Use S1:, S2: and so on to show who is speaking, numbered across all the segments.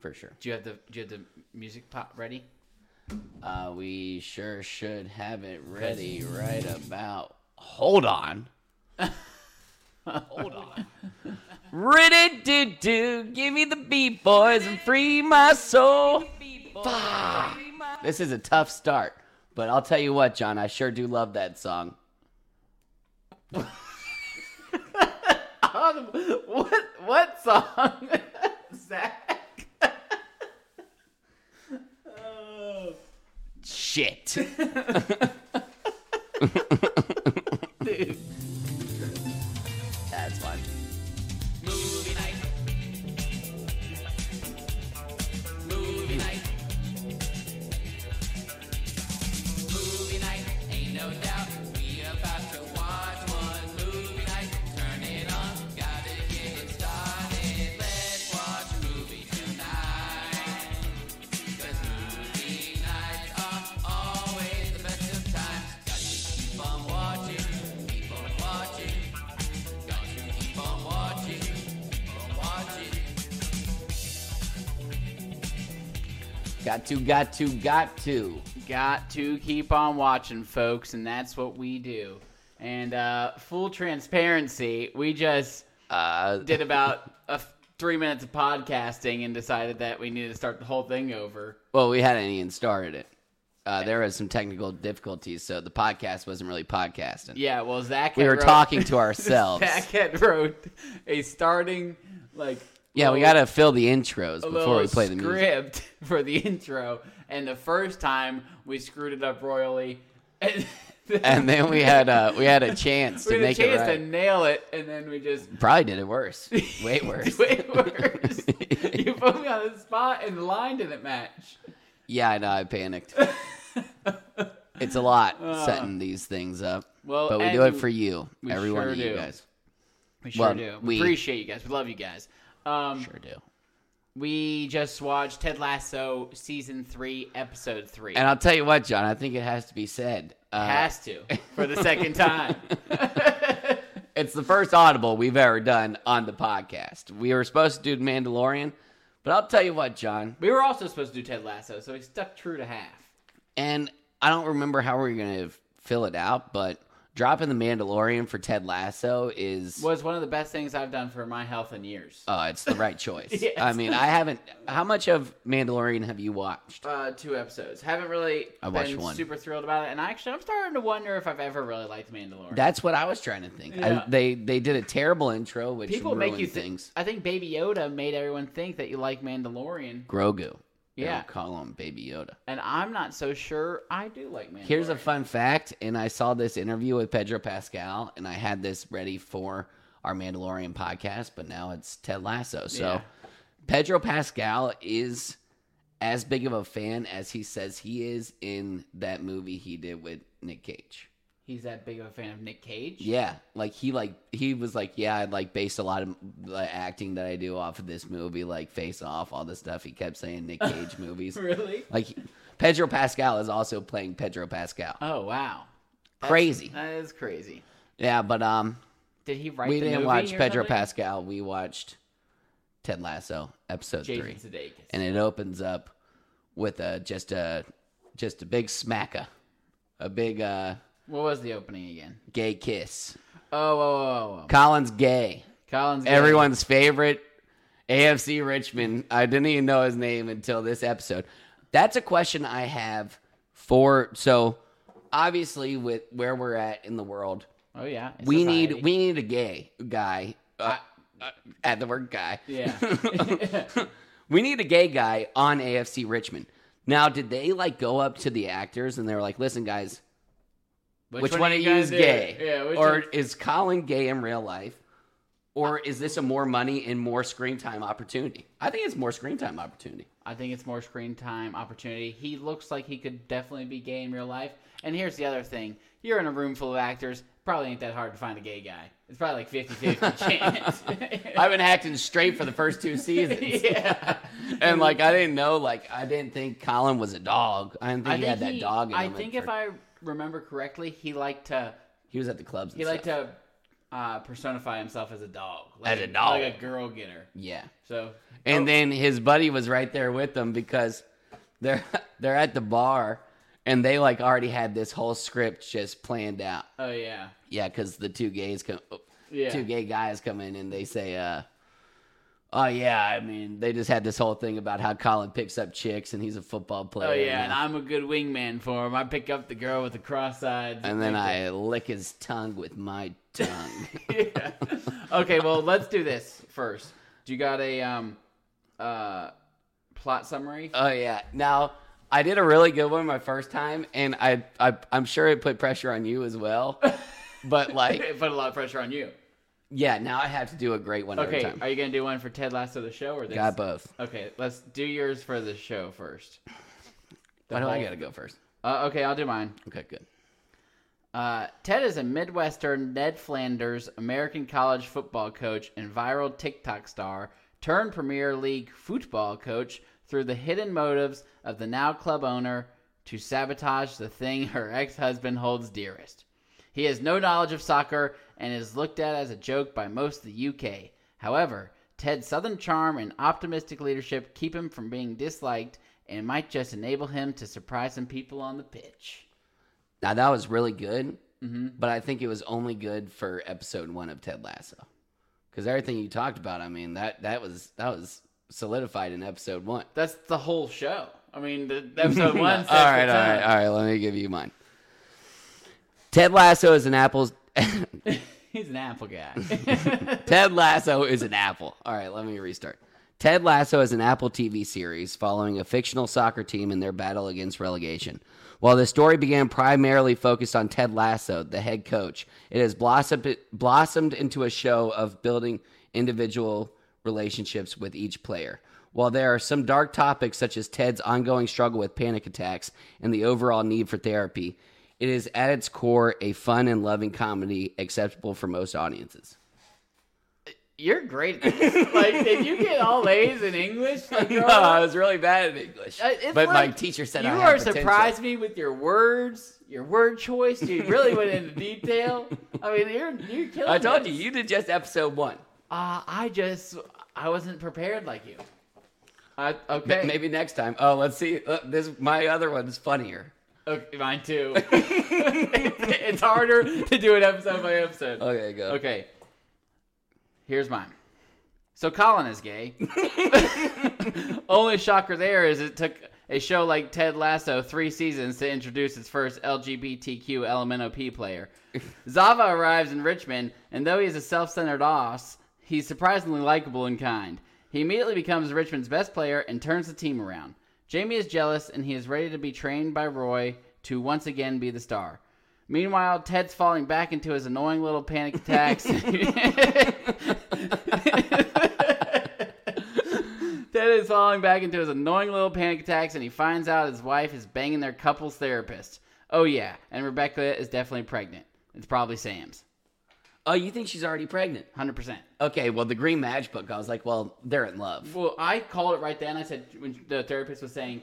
S1: for sure.
S2: Do you have the Do you have the music pop ready?
S1: Uh, we sure should have it ready right about. Hold on. Hold on. Ready do do, give me the beat, boys, and free my soul. Fuck. This is a tough start, but I'll tell you what, John, I sure do love that song. Um,
S2: What What song? Zach.
S1: Shit.
S2: Dude.
S1: That's fun. Got to, got to, got to.
S2: Got to keep on watching, folks, and that's what we do. And uh, full transparency, we just
S1: Uh,
S2: did about a f- three minutes of podcasting and decided that we needed to start the whole thing over.
S1: well, we hadn't even started it. Uh, there was some technical difficulties, so the podcast wasn't really podcasting.
S2: Yeah, well, Zach.
S1: we
S2: had
S1: were
S2: wrote-
S1: talking to ourselves.
S2: Zach had wrote a starting like.
S1: yeah, we gotta fill the intros before
S2: a
S1: we
S2: little
S1: play the music.
S2: script for the intro, and the first time we screwed it up royally, and,
S1: And then we had a we had a chance
S2: we
S1: to
S2: had a
S1: make it
S2: chance
S1: right.
S2: to nail it, and then we just
S1: Probably did it worse. Way worse.
S2: way worse. you put me on the spot, and the line didn't match.
S1: Yeah, I know. I panicked. it's a lot setting these things up.
S2: Ah. Well,
S1: but we
S2: and
S1: do it for you,
S2: we
S1: every one
S2: sure
S1: of you
S2: do.
S1: guys.
S2: We sure
S1: Well,
S2: do.
S1: we-
S2: We, appreciate you guys. We love you guys. Um,
S1: Sure do.
S2: We just watched Ted Lasso season three, episode three.
S1: And I'll tell you what, John. I think it has to be said. Uh,
S2: Has to for the second time.
S1: it's the first audible we've ever done on the podcast. We were supposed to do Mandalorian, but I'll tell you what, John.
S2: we were also supposed to do Ted Lasso, so we stuck true to half.
S1: And I don't remember how we are gonna fill it out, but dropping the Mandalorian for Ted Lasso is
S2: was one of the best things I've done for my health in years.
S1: Oh, it's the right choice.
S2: Yes.
S1: I mean, I haven't. How much of Mandalorian have you watched?
S2: Uh, two episodes. Haven't really
S1: I watched
S2: been
S1: one.
S2: super thrilled about it, and actually, I'm starting to wonder if I've ever really liked Mandalorian.
S1: That's what I was trying to think. I-
S2: Yeah.
S1: they they did a terrible intro, which
S2: People make you
S1: ruined
S2: thi-
S1: things.
S2: I think Baby Yoda made everyone think that you like Mandalorian,
S1: Grogu. They
S2: Yeah.
S1: don't call him Baby Yoda.
S2: and I'm not so sure I do like Mandalorian.
S1: Here's a fun fact, and I saw this interview with Pedro Pascal, and I had this ready for our Mandalorian podcast, but now it's Ted Lasso. So
S2: Yeah.
S1: Pedro Pascal is as big of a fan as he says he is in that movie he did with Nick Cage.
S2: He's that big of a fan of Nick Cage.
S1: Yeah, like he like he was like, yeah, I like based a lot of the acting that I do off of this movie, like Face Off, all this stuff. He kept saying Nick Cage movies.
S2: Really?
S1: Like Pedro Pascal is also playing Pedro Pascal.
S2: Oh wow,
S1: Crazy.
S2: that is crazy.
S1: Yeah, but um,
S2: Did he write?
S1: we
S2: the
S1: didn't
S2: movie
S1: watch
S2: or
S1: Pedro
S2: something?
S1: Pascal. We watched Ted Lasso episode
S2: Jason
S1: three,
S2: Sudeikis.
S1: and it opens up with a just a just a big smacker, a big uh
S2: what was the opening again?
S1: gay kiss.
S2: Oh, oh, oh, oh, oh.
S1: Colin's gay.
S2: Collins. Gay.
S1: everyone's favorite AFC Richmond. I didn't even know his name until this episode. That's a question I have for so obviously with where we're at in the world,
S2: Oh yeah. it's
S1: we
S2: society.
S1: need we need a gay guy. Uh, add the word guy.
S2: Yeah.
S1: we need a gay guy on AFC Richmond. Now, did they like go up to the actors and they were like, "Listen, guys, which, one, of you
S2: guys
S1: is
S2: do
S1: gay?
S2: it? Yeah, which
S1: or
S2: one-
S1: is Colin gay in real life? Or is this a more money and more screen time opportunity? I think it's more screen time opportunity.
S2: I think it's more screen time opportunity. He looks like he could definitely be gay in real life. And here's the other thing: you're in a room full of actors. Probably ain't that hard to find a gay guy. It's probably like 50-50 chance.
S1: I've been acting straight for the first two seasons,
S2: yeah,
S1: and like I didn't know, like I didn't think Colin was a dog. I didn't think
S2: I
S1: he
S2: think
S1: had that
S2: he-
S1: dog. In
S2: I
S1: him
S2: think
S1: at
S2: if
S1: first.
S2: I remember correctly, he liked to
S1: he was at the clubs, and
S2: he liked
S1: stuff.
S2: to uh, personify himself as a dog,
S1: As
S2: like
S1: a dog.
S2: like a girl getter.
S1: Yeah.
S2: So
S1: And
S2: Oh,
S1: then his buddy was right there with them because they're they're at the bar and they like already had this whole script just planned out.
S2: oh yeah,
S1: Yeah, because the two gays come, oh,
S2: Yeah.
S1: two gay guys come in and they say, uh, "Oh yeah, I mean, they just had this whole thing about how Colin picks up chicks and he's a football player."
S2: oh yeah,
S1: and,
S2: and
S1: I,
S2: I'm a good wingman for him. I pick up the girl with the cross eyes,
S1: and then I lick his tongue with my tongue.
S2: yeah. Okay, well let's do this first. Do you got a um uh plot summary?
S1: Oh yeah. Now I did a really good one my first time, and I, I I'm sure it put pressure on you as well. but like,
S2: it put a lot of pressure on you.
S1: yeah, now I have to do a great one every
S2: Okay,
S1: time.
S2: are you gonna do one for Ted Lasso the show or this?
S1: Got both.
S2: Okay, let's do yours for the show first.
S1: Why do I
S2: whole-
S1: gotta go first?
S2: Uh, okay, I'll do mine.
S1: Okay, good.
S2: Uh, Ted is a Midwestern Ned Flanders American college football coach and viral TikTok star turned Premier League football coach through the hidden motives of the now club owner to sabotage the thing her ex husband holds dearest. He has no knowledge of soccer and is looked at as a joke by most of the UK. However, Ted's southern charm and optimistic leadership keep him from being disliked and might just enable him to surprise some people on the pitch.
S1: Now that was really good, but I think it was only good for episode one of Ted Lasso, because everything you talked about, I mean that that was that was solidified in episode one.
S2: That's the whole show. I mean, the the episode one.
S1: all right, all right, all right. Let me give you mine. Ted Lasso is an apples.
S2: He's an apple guy.
S1: Ted Lasso is an apple. All right, let me restart. Ted Lasso is an Apple TV series following a fictional soccer team in their battle against relegation. While the story began primarily focused on Ted Lasso, the head coach, it has blossomed, blossomed into a show of building individual relationships with each player. While there are some dark topics such as Ted's ongoing struggle with panic attacks and the overall need for therapy, it is at its core a fun and loving comedy acceptable for most audiences.
S2: You're great. At this. Like, did you get all A's in English? Like, you're
S1: no,
S2: all-
S1: I was really bad at English.
S2: Uh-huh. Uh, it's
S1: but my
S2: like
S1: teacher said
S2: you
S1: I
S2: are
S1: had potential.
S2: surprised me with your words, your word choice. You really went into detail. I mean, you're you're killing.
S1: I told you,
S2: this.
S1: you did just episode one.
S2: Uh, I just I wasn't prepared like you. I, okay,
S1: Maybe next time. Oh, let's see. Uh, this my other one's funnier.
S2: okay, mine too. it's harder to do it episode by episode.
S1: Okay, go.
S2: Okay. Here's mine. So Colin is gay. Only shocker there is it took a show like Ted Lasso three seasons to introduce its first LGBTQ LMNOP player. Zava arrives in Richmond, and though he is a self centered ass, he's surprisingly likable and kind. He immediately becomes Richmond's best player and turns the team around. Jamie is jealous, and he is ready to be trained by Roy to once again be the star. Meanwhile, Ted's falling back into his annoying little panic attacks. Ted is falling back into his annoying little panic attacks, and he finds out his wife is banging their couple's therapist. Oh yeah, and Rebecca is definitely pregnant. It's probably Sam's,
S1: Oh, you think she's already pregnant?
S2: hundred percent.
S1: Okay, well, the Green Match book. I was like, well, they're in love.
S2: Well, I called it right then. I said when the therapist was saying,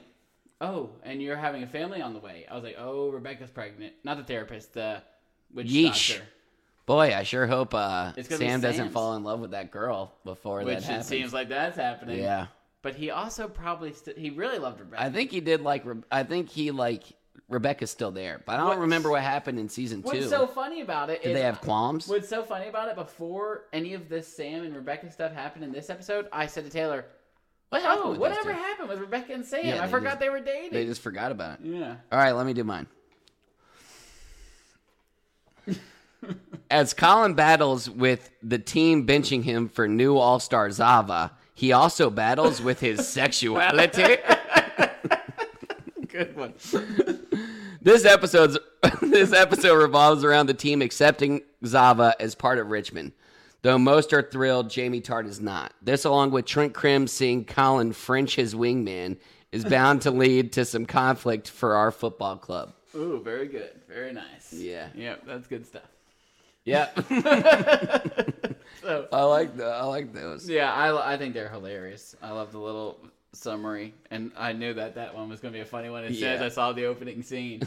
S2: "Oh, and you're having a family on the way," I was like, "Oh, Rebecca's pregnant." Not the therapist, the witch
S1: Yeesh.
S2: doctor.
S1: Boy, I sure hope uh,
S2: It's gonna be
S1: Sam doesn't
S2: Sam's.
S1: fall in love with that girl before
S2: Which
S1: that
S2: it
S1: happens.
S2: seems like that's happening.
S1: yeah,
S2: But he also probably st- he really loved Rebecca.
S1: I think he did like. Re- I think he like Rebecca's still there, but I don't
S2: What's-
S1: remember what happened in season two.
S2: What's so funny about it
S1: did
S2: is-
S1: they have qualms?
S2: What's so funny about it? Before any of this Sam and Rebecca stuff happened in this episode, I said to Taylor,
S1: What happened
S2: "Oh,
S1: with those
S2: whatever
S1: two?
S2: happened with Rebecca and Sam?
S1: Yeah,
S2: I
S1: they
S2: forgot
S1: just-
S2: they were dating."
S1: They just forgot about it.
S2: yeah.
S1: All right, let me do mine. As Colin battles with the team benching him for new All Star Zava, he also battles with his sexuality.
S2: Good one.
S1: This episode's this episode revolves around the team accepting Zava as part of Richmond. Though most are thrilled, Jamie Tart is not. This, along with Trent Krim seeing Colin French his wingman, is bound to lead to some conflict for our football club.
S2: Ooh, very good. Very nice.
S1: Yeah.
S2: Yep, that's good stuff.
S1: Yep.
S2: So
S1: I like the I like those.
S2: yeah, I, I think they're hilarious. I love the little summary, and I knew that that one was going to be a funny one. As soon as
S1: Yeah.
S2: I saw the opening scene.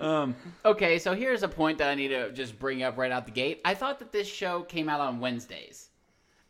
S2: um, okay, so here's a point that I need to just bring up right out the gate. I thought that this show came out on Wednesdays,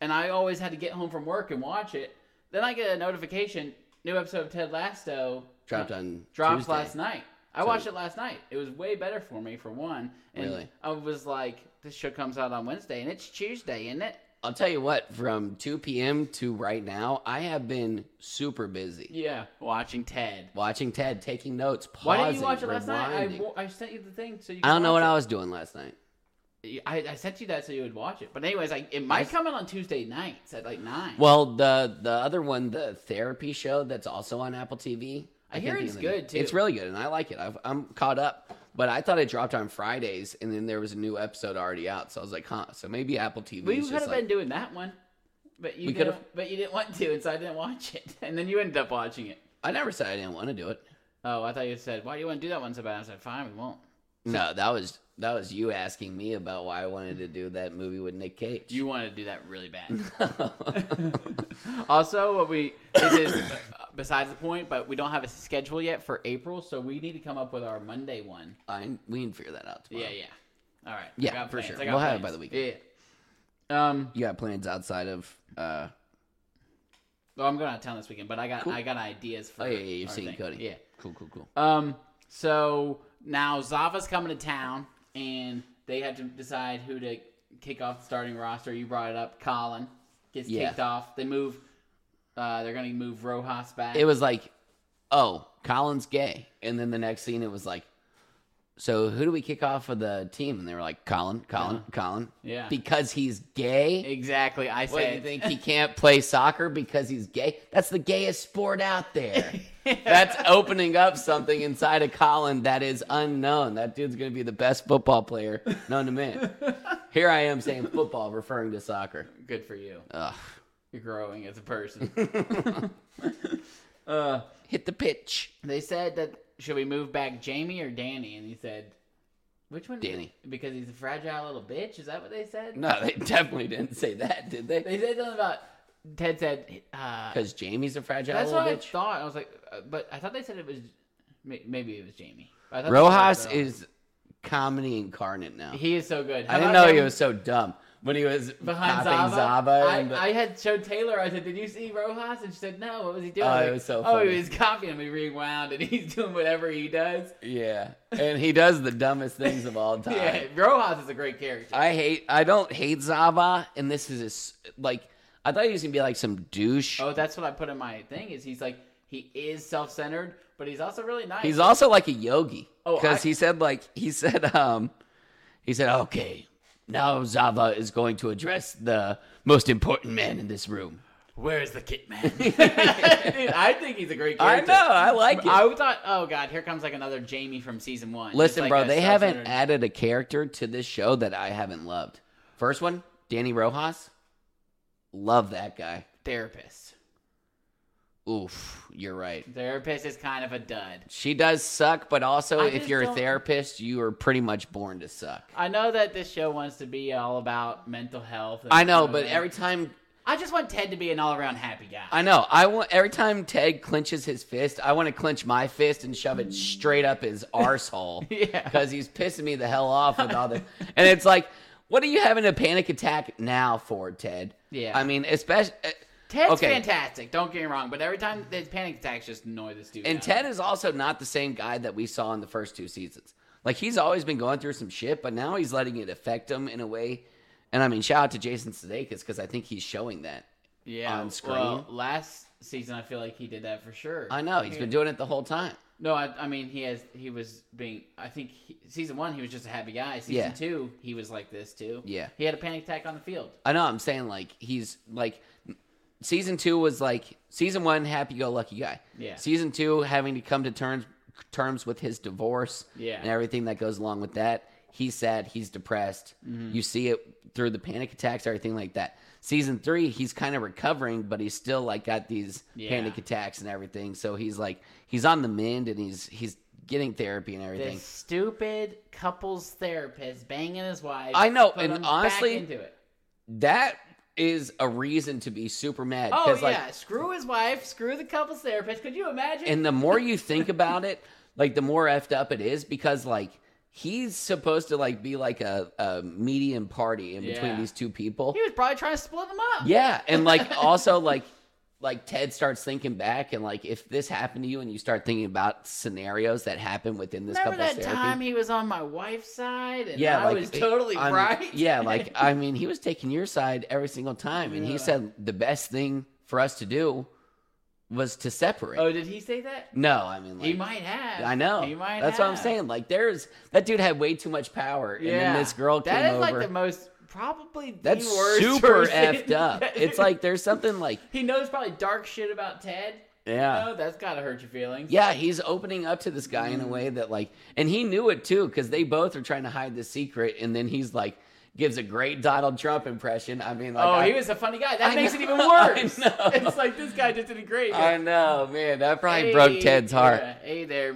S2: and I always had to get home from work and watch it. Then I get a notification: new episode of Ted Lasso
S1: Dropped on
S2: dropped
S1: Tuesday.
S2: last night. I watched it last night. It was way better for me for one. And
S1: Really?
S2: I was like, this show comes out on Wednesday, and it's Tuesday, isn't it?
S1: I'll tell you what, from 2 p.m. to right now, I have been super busy.
S2: Yeah, watching Ted.
S1: Watching Ted, taking notes, pausing,
S2: Why didn't you watch it last night? I,
S1: rewinding.
S2: wa- I sent you the thing so you.
S1: I don't know what
S2: watch
S1: I was doing last night.
S2: it. I. I sent you that so you would watch it. But anyways, I, it might come out on Tuesday nights at like nine.
S1: Well, the the other one, the therapy show that's also on Apple TV.
S2: I hear
S1: can't
S2: it's
S1: think of the name.
S2: good, too.
S1: It's really good, and I like it. I've, I'm caught up, but I thought it dropped on Fridays, and then there was a new episode already out. So I was like, huh. So maybe Apple TV.
S2: we
S1: is
S2: could have
S1: just like,
S2: been doing that one, but you
S1: We
S2: could
S1: could've-
S2: have. But you didn't want to, and so I didn't watch it. And then you ended up watching it.
S1: I never said I didn't want to do it.
S2: Oh, I thought you said, "Why do you want to do that one so bad?" I said, "Fine, we won't."
S1: No, that was that was you asking me about why I wanted to do that movie with Nick Cage.
S2: You want to do that really bad. also, what we this is uh, besides the point, but we don't have a schedule yet for April, so we need to come up with our Monday one.
S1: I, we can figure that out tomorrow.
S2: Yeah, yeah. All right.
S1: Yeah,
S2: I got
S1: for
S2: plans.
S1: sure.
S2: I got
S1: We'll have it by
S2: plans.
S1: the weekend.
S2: Yeah, Yeah. Um.
S1: You got plans outside of uh
S2: Well, I'm going out of town this weekend, but I got I got ideas for.
S1: oh yeah, yeah you've
S2: our
S1: seen
S2: thing.
S1: Cody.
S2: Yeah.
S1: Cool, cool, cool.
S2: Um. So now Zava's coming to town, and they have to decide who to kick off the starting roster. You brought it up. Colin gets
S1: Yeah.
S2: kicked off. They move. Uh, they're going to move Rojas back.
S1: It was like, oh, Colin's gay. And then the next scene it was like so who do we kick off of the team? And they were like, Colin, Colin, Colin.
S2: Yeah.
S1: Because he's gay.
S2: Exactly. I
S1: What do
S2: said.
S1: you think he can't play soccer because he's gay? That's the gayest sport out there. That's opening up something inside of Colin that is unknown. That dude's gonna be the best football player known to man. Here I am saying football, referring to soccer.
S2: Good for you.
S1: Ugh.
S2: You're growing as a person.
S1: Hit the pitch.
S2: they said that should we move back Jamie or Danny? And he said, which one?
S1: Danny.
S2: Because he's a fragile little bitch. Is that what they said?
S1: No, they definitely didn't say that, did they?
S2: They said something about Ted said. Uh,
S1: Because Jamie's a fragile
S2: that's what
S1: little
S2: I
S1: bitch.
S2: thought. I was like, uh, but I thought they said it was may- maybe it was Jamie. But I thought they said
S1: Rojas
S2: Rojas.
S1: is comedy incarnate now.
S2: He is so good. How
S1: I didn't
S2: about
S1: know he
S2: him
S1: was so dumb when he was
S2: behind
S1: popping
S2: Zava.
S1: Zaba
S2: I,
S1: and the-
S2: I had showed Taylor. I said, "Did you see Rojas?" And she said, "No. What was he doing?"
S1: Oh,
S2: I
S1: it was so
S2: Oh,
S1: funny.
S2: he was copying me, rewound, and he's doing whatever he does.
S1: yeah, and he does the dumbest things of all time.
S2: Yeah, Rojas is a great character.
S1: I hate. I don't hate Zava, and this is a s like. I thought he was gonna be like some douche.
S2: Oh, that's what I put in my thing. Is he's like he is self-centered, but he's also really nice.
S1: He's also like a yogi
S2: Oh,
S1: because
S2: I-
S1: he said like he said um he said okay now Zava is going to address the most important man in this room.
S2: Where's the kit man? Dude, I think he's a great
S1: I
S2: character.
S1: know, I like it.
S2: I thought, oh god, here comes like another Jamie from season one. Just
S1: Listen,
S2: like
S1: bro,
S2: a
S1: they haven't
S2: self-centered-
S1: added a character to this show that I haven't loved. First one, Danny Rojas, love that guy.
S2: therapist.
S1: Oof, you're right.
S2: Therapist is kind of a dud.
S1: She does suck, but also
S2: I
S1: if
S2: just
S1: you're a
S2: don't-
S1: therapist, you are pretty much born to suck.
S2: I know that this show wants to be all about mental health. and
S1: I know,
S2: all
S1: but
S2: that.
S1: every time
S2: I just want Ted to be an all-around happy guy.
S1: I know, I want every time Ted clenches his fist, I want to clench my fist and shove it straight up his arsehole.
S2: Yeah.
S1: Because he's pissing me the hell off with all the and it's like, what are you having a panic attack now for, Ted?
S2: Yeah.
S1: I mean, eh, especially
S2: Ted's
S1: okay.
S2: fantastic. Don't get me wrong, but every time there's panic attacks, just annoy this dude.
S1: And
S2: out.
S1: Ted is also not the same guy that we saw in the first two seasons. Like he's always been going through some shit, but now he's letting it affect him in a way. And I mean, shout out to Jason Sudeikis because I think he's showing that.
S2: yeah,
S1: on screen.
S2: Well, last season, I feel like he did that for sure.
S1: I know he's been doing it the whole time.
S2: No, I, I mean he has. He was being. I think he, season one he was just a happy guy. Season
S1: Yeah.
S2: two he was like this too.
S1: Yeah.
S2: he had a panic attack on the field.
S1: I know. I'm saying like he's like season two was like season one happy go lucky guy.
S2: Yeah.
S1: Season two having to come to terms terms with his divorce.
S2: Yeah.
S1: And everything that goes along with that. He's sad. He's depressed.
S2: Mm-hmm.
S1: You see it through the panic attacks, everything like that. Season three, he's kind of recovering, but he's still like got these
S2: Yeah.
S1: panic attacks and everything. So he's like he's on the mend and he's he's getting therapy and everything.
S2: This stupid couples therapist banging his wife.
S1: I know,
S2: put
S1: and
S2: him back
S1: honestly-
S2: into it.
S1: that is a reason to be super mad.
S2: Oh
S1: 'cause,
S2: yeah,
S1: like,
S2: screw his wife, screw the couples therapist. Could you imagine?
S1: and the more you think about it, like the more effed up it is because like he's supposed to like be like a, a medium party in between
S2: Yeah.
S1: these two people.
S2: he was probably trying to split them up.
S1: Yeah, and like also like like Ted starts thinking back and like if this happened to you and you start thinking about scenarios that happen within this
S2: Remember
S1: couple's
S2: that
S1: therapy.
S2: time he was on my wife's side and
S1: yeah,
S2: I
S1: like,
S2: was totally
S1: I'm-
S2: right?
S1: Yeah, like I mean, he was taking your side every single time, and he
S2: Yeah.
S1: said the best thing for us to do was to separate.
S2: oh, did he say that?
S1: no, I mean, like,
S2: he might have.
S1: I know.
S2: He might
S1: That's what I'm
S2: have.
S1: saying. Like, there's that dude had way too much power, and then this girl came
S2: That is
S1: over.
S2: like the most probably the
S1: That's
S2: worst
S1: super
S2: person.
S1: effed up. it's like there's something like
S2: he knows probably dark shit about Ted.
S1: yeah.
S2: No, that's gotta hurt your feelings.
S1: Yeah, he's opening up to this guy
S2: Mm.
S1: in a way that like, and he knew it too because they both are trying to hide the secret, and then he's like, gives a great Donald Trump impression. I mean, like,
S2: oh,
S1: I,
S2: he was a funny guy. That
S1: I
S2: makes
S1: know.
S2: it even
S1: I
S2: worse.
S1: know.
S2: It's like this guy just did a great.
S1: I know, man, that probably broke Ted's heart.
S2: yeah. Hey there,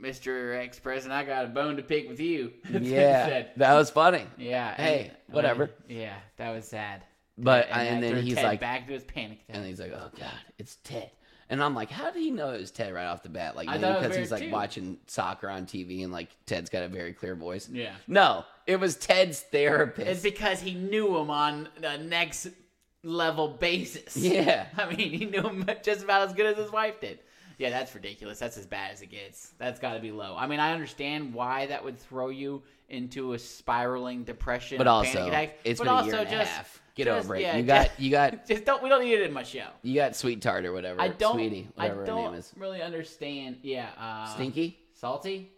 S2: Mr. Ex President. I got a bone to pick with you. That's what he
S1: Yeah,
S2: said.
S1: that was funny.
S2: Yeah.
S1: Hey,
S2: and-
S1: whatever.
S2: Yeah, that was sad.
S1: But
S2: that
S1: and,
S2: threw
S1: then he's
S2: Ted
S1: like,
S2: back to his panic. attack.
S1: and he's like, oh god, it's Ted. And I'm like, how did he know it was Ted right off the bat? Like,
S2: I
S1: maybe
S2: thought it was
S1: because
S2: weird,
S1: he's like
S2: too.
S1: watching soccer on TV and like Ted's got a very clear voice.
S2: Yeah.
S1: No, it was Ted's therapist.
S2: It's because he knew him on the next level basis.
S1: yeah.
S2: I mean, he knew him just about as good as his wife did. Yeah, that's ridiculous. That's as bad as it gets. That's got to be low. I mean, I understand why that would throw you into a spiraling depression,
S1: But
S2: panic
S1: also,
S2: attack,
S1: it's
S2: but
S1: been
S2: also
S1: a year and
S2: just
S1: a half. Get
S2: just-
S1: over it.
S2: yeah,
S1: you
S2: just-
S1: got, you got,
S2: just don't. We don't need it in my show.
S1: you got sweet tart or whatever.
S2: I don't.
S1: sweetie, whatever
S2: I
S1: her
S2: don't
S1: name is.
S2: really understand. Yeah. Uh,
S1: Stinky.
S2: Salty.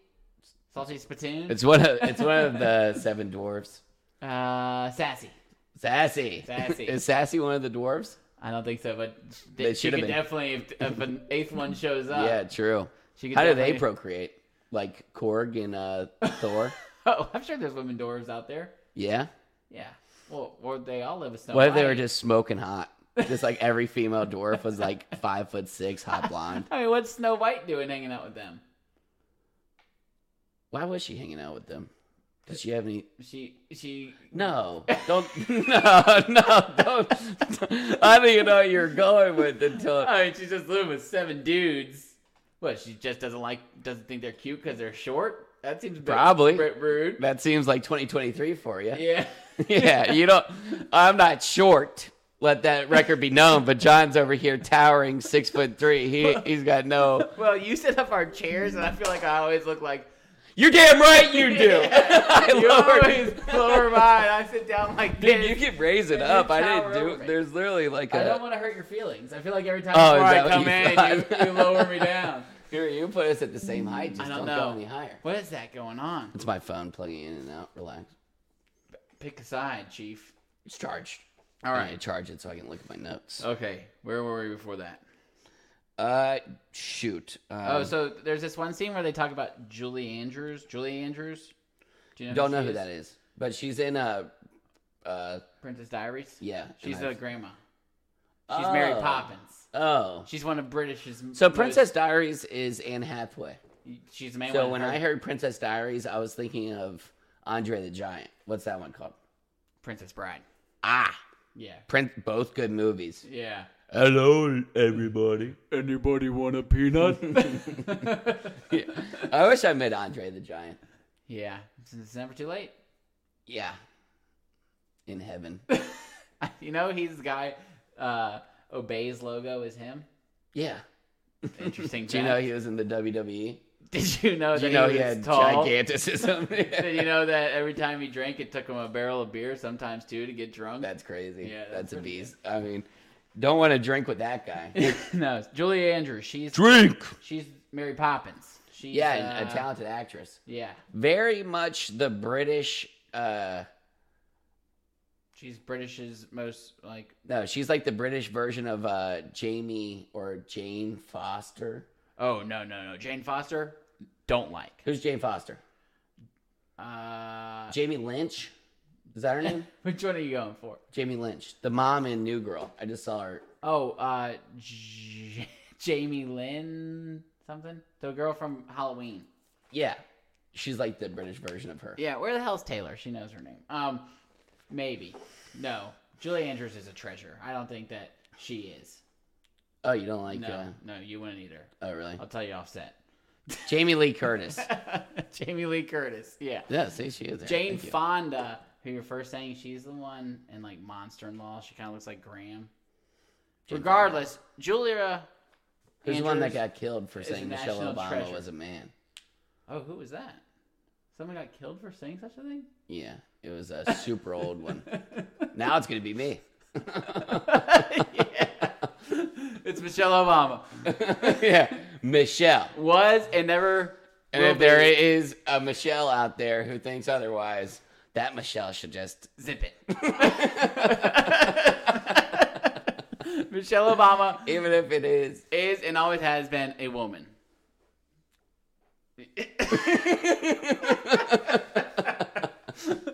S2: Salty spittoon.
S1: It's one of, it's one of the seven dwarfs.
S2: uh, sassy.
S1: Sassy.
S2: Sassy.
S1: is Sassy one of the dwarfs?
S2: I don't think so, but
S1: They
S2: they she
S1: should have
S2: could
S1: been.
S2: definitely if, if an eighth one shows up.
S1: yeah, true.
S2: She could
S1: How do they
S2: Uh, definitely-
S1: procreate? Like Korg and uh, Thor.
S2: Oh, I'm sure there's women dwarves out there.
S1: Yeah.
S2: Yeah. Well, or they all live with Snow
S1: What if they
S2: White.
S1: were just smoking hot? Just like every female dwarf was like five foot six, hot blonde.
S2: I mean, what's Snow White doing hanging out with them?
S1: Why was she hanging out with them? Did she have any?
S2: She she.
S1: No, don't. No, no, don't. I don't even know where you're going with it until.
S2: I mean, she's just living with seven dudes. What? She just doesn't like doesn't think they're cute because they're short. That seems a bit-
S1: Probably.
S2: bit rude.
S1: That seems like 2023 for you.
S2: Yeah.
S1: Yeah, you don't. I'm not short. Let that record be known. But John's over here towering six foot three. He he's got no.
S2: Well, you set up our chairs, and I feel like I always look like
S1: You're damn right you do. I
S2: you always
S1: lowered.
S2: lower mine. I sit down like
S1: Dude,
S2: this.
S1: you can raise it
S2: You
S1: up. I
S2: tower
S1: didn't
S2: over
S1: do.
S2: me.
S1: There's literally like
S2: I don't
S1: a.
S2: want to hurt your feelings. I feel like every time
S1: Oh,
S2: before
S1: is that
S2: I
S1: what
S2: come
S1: you
S2: in, you,
S1: thought?
S2: you lower me down.
S1: Here, you put us at the same height. Just
S2: I
S1: don't,
S2: don't know.
S1: go any higher.
S2: What is that going on?
S1: It's my phone plugging in and out. Relax.
S2: Pick a side, Chief.
S1: It's charged.
S2: All
S1: I need to
S2: right.
S1: charge it so I can look at my notes.
S2: Okay. Where were we before that?
S1: Uh, shoot. Um,
S2: oh, so there's this one scene where they talk about Julie Andrews. Julie Andrews. Do you know
S1: don't know who that is, but she's in a. Uh,
S2: Princess Diaries.
S1: yeah.
S2: She's
S1: and
S2: the
S1: I-
S2: grandma. She's Mary
S1: Oh.
S2: Poppins.
S1: Oh.
S2: She's one of British's.
S1: So
S2: most-
S1: Princess Diaries is Anne Hathaway.
S2: She's the main
S1: So
S2: one.
S1: when I
S2: Her-
S1: heard Princess Diaries, I was thinking of Andre the Giant. What's that one called?
S2: Princess Bride.
S1: Ah,
S2: Yeah.
S1: Prince. Both good movies.
S2: Yeah.
S1: Hello, everybody.
S2: Anybody want a peanut?
S1: I wish I met Andre the Giant.
S2: yeah. It's, it's never too late.
S1: Yeah. In heaven.
S2: You know, he's the guy. Uh, Obey's logo is him.
S1: Yeah.
S2: Interesting.
S1: Do you
S2: fact.
S1: know he was in the WWE?
S2: Did you know that
S1: Do you know
S2: he,
S1: he
S2: was
S1: had
S2: tall?
S1: gigantism?
S2: Did you know that every time he drank, it took him a barrel of beer, sometimes two, to get drunk?
S1: That's crazy.
S2: Yeah, that's
S1: that's, a
S2: pretty
S1: beast. I mean, don't want to drink with that guy.
S2: no, it's Julia Andrews. She's
S1: drink.
S2: she's Mary Poppins. She's
S1: Yeah, and
S2: uh,
S1: a talented actress.
S2: Yeah,
S1: Very much the British. uh
S2: she's British's most like.
S1: No, she's like the British version of uh Jamie or Jane Foster.
S2: Oh no no no, Jane Foster. Don't like.
S1: Who's Jane Foster?
S2: Uh,
S1: Jamie Lynch. Is that her name?
S2: which one are you going for?
S1: Jamie Lynch, the mom in New Girl. I just saw her.
S2: Oh, uh, J- Jamie Lynn something. The girl from Halloween.
S1: Yeah, she's like the British version of her.
S2: Yeah, where the hell's Taylor? She knows her name. Um, maybe. No, Julie Andrews is a treasure. I don't think that she is.
S1: Oh, you don't like?
S2: No,
S1: Uh,
S2: no, you wouldn't either.
S1: oh, really?
S2: I'll tell you offset.
S1: Jamie Lee Curtis.
S2: Jamie Lee Curtis. Yeah.
S1: yeah, see, she is there.
S2: Jane
S1: Thank you.
S2: Fonda, who you're first saying she's the one in like Monster in Law. She kind of looks like Graham.
S1: Jane
S2: Regardless, Julia.
S1: Who's the one that
S2: Andrews-
S1: got killed for
S2: is a
S1: saying Michelle
S2: national
S1: Obama
S2: treasure.
S1: was a man?
S2: Oh, who was that? Someone got killed for saying such a thing.
S1: Yeah, it was a super old one. Now it's gonna be me.
S2: It's Michelle Obama.
S1: yeah, Michelle.
S2: Was and never.
S1: And
S2: will
S1: if there
S2: be.
S1: is a Michelle out there who thinks otherwise, that Michelle should just
S2: zip it. Michelle Obama
S1: even if it is
S2: is and always has been a woman.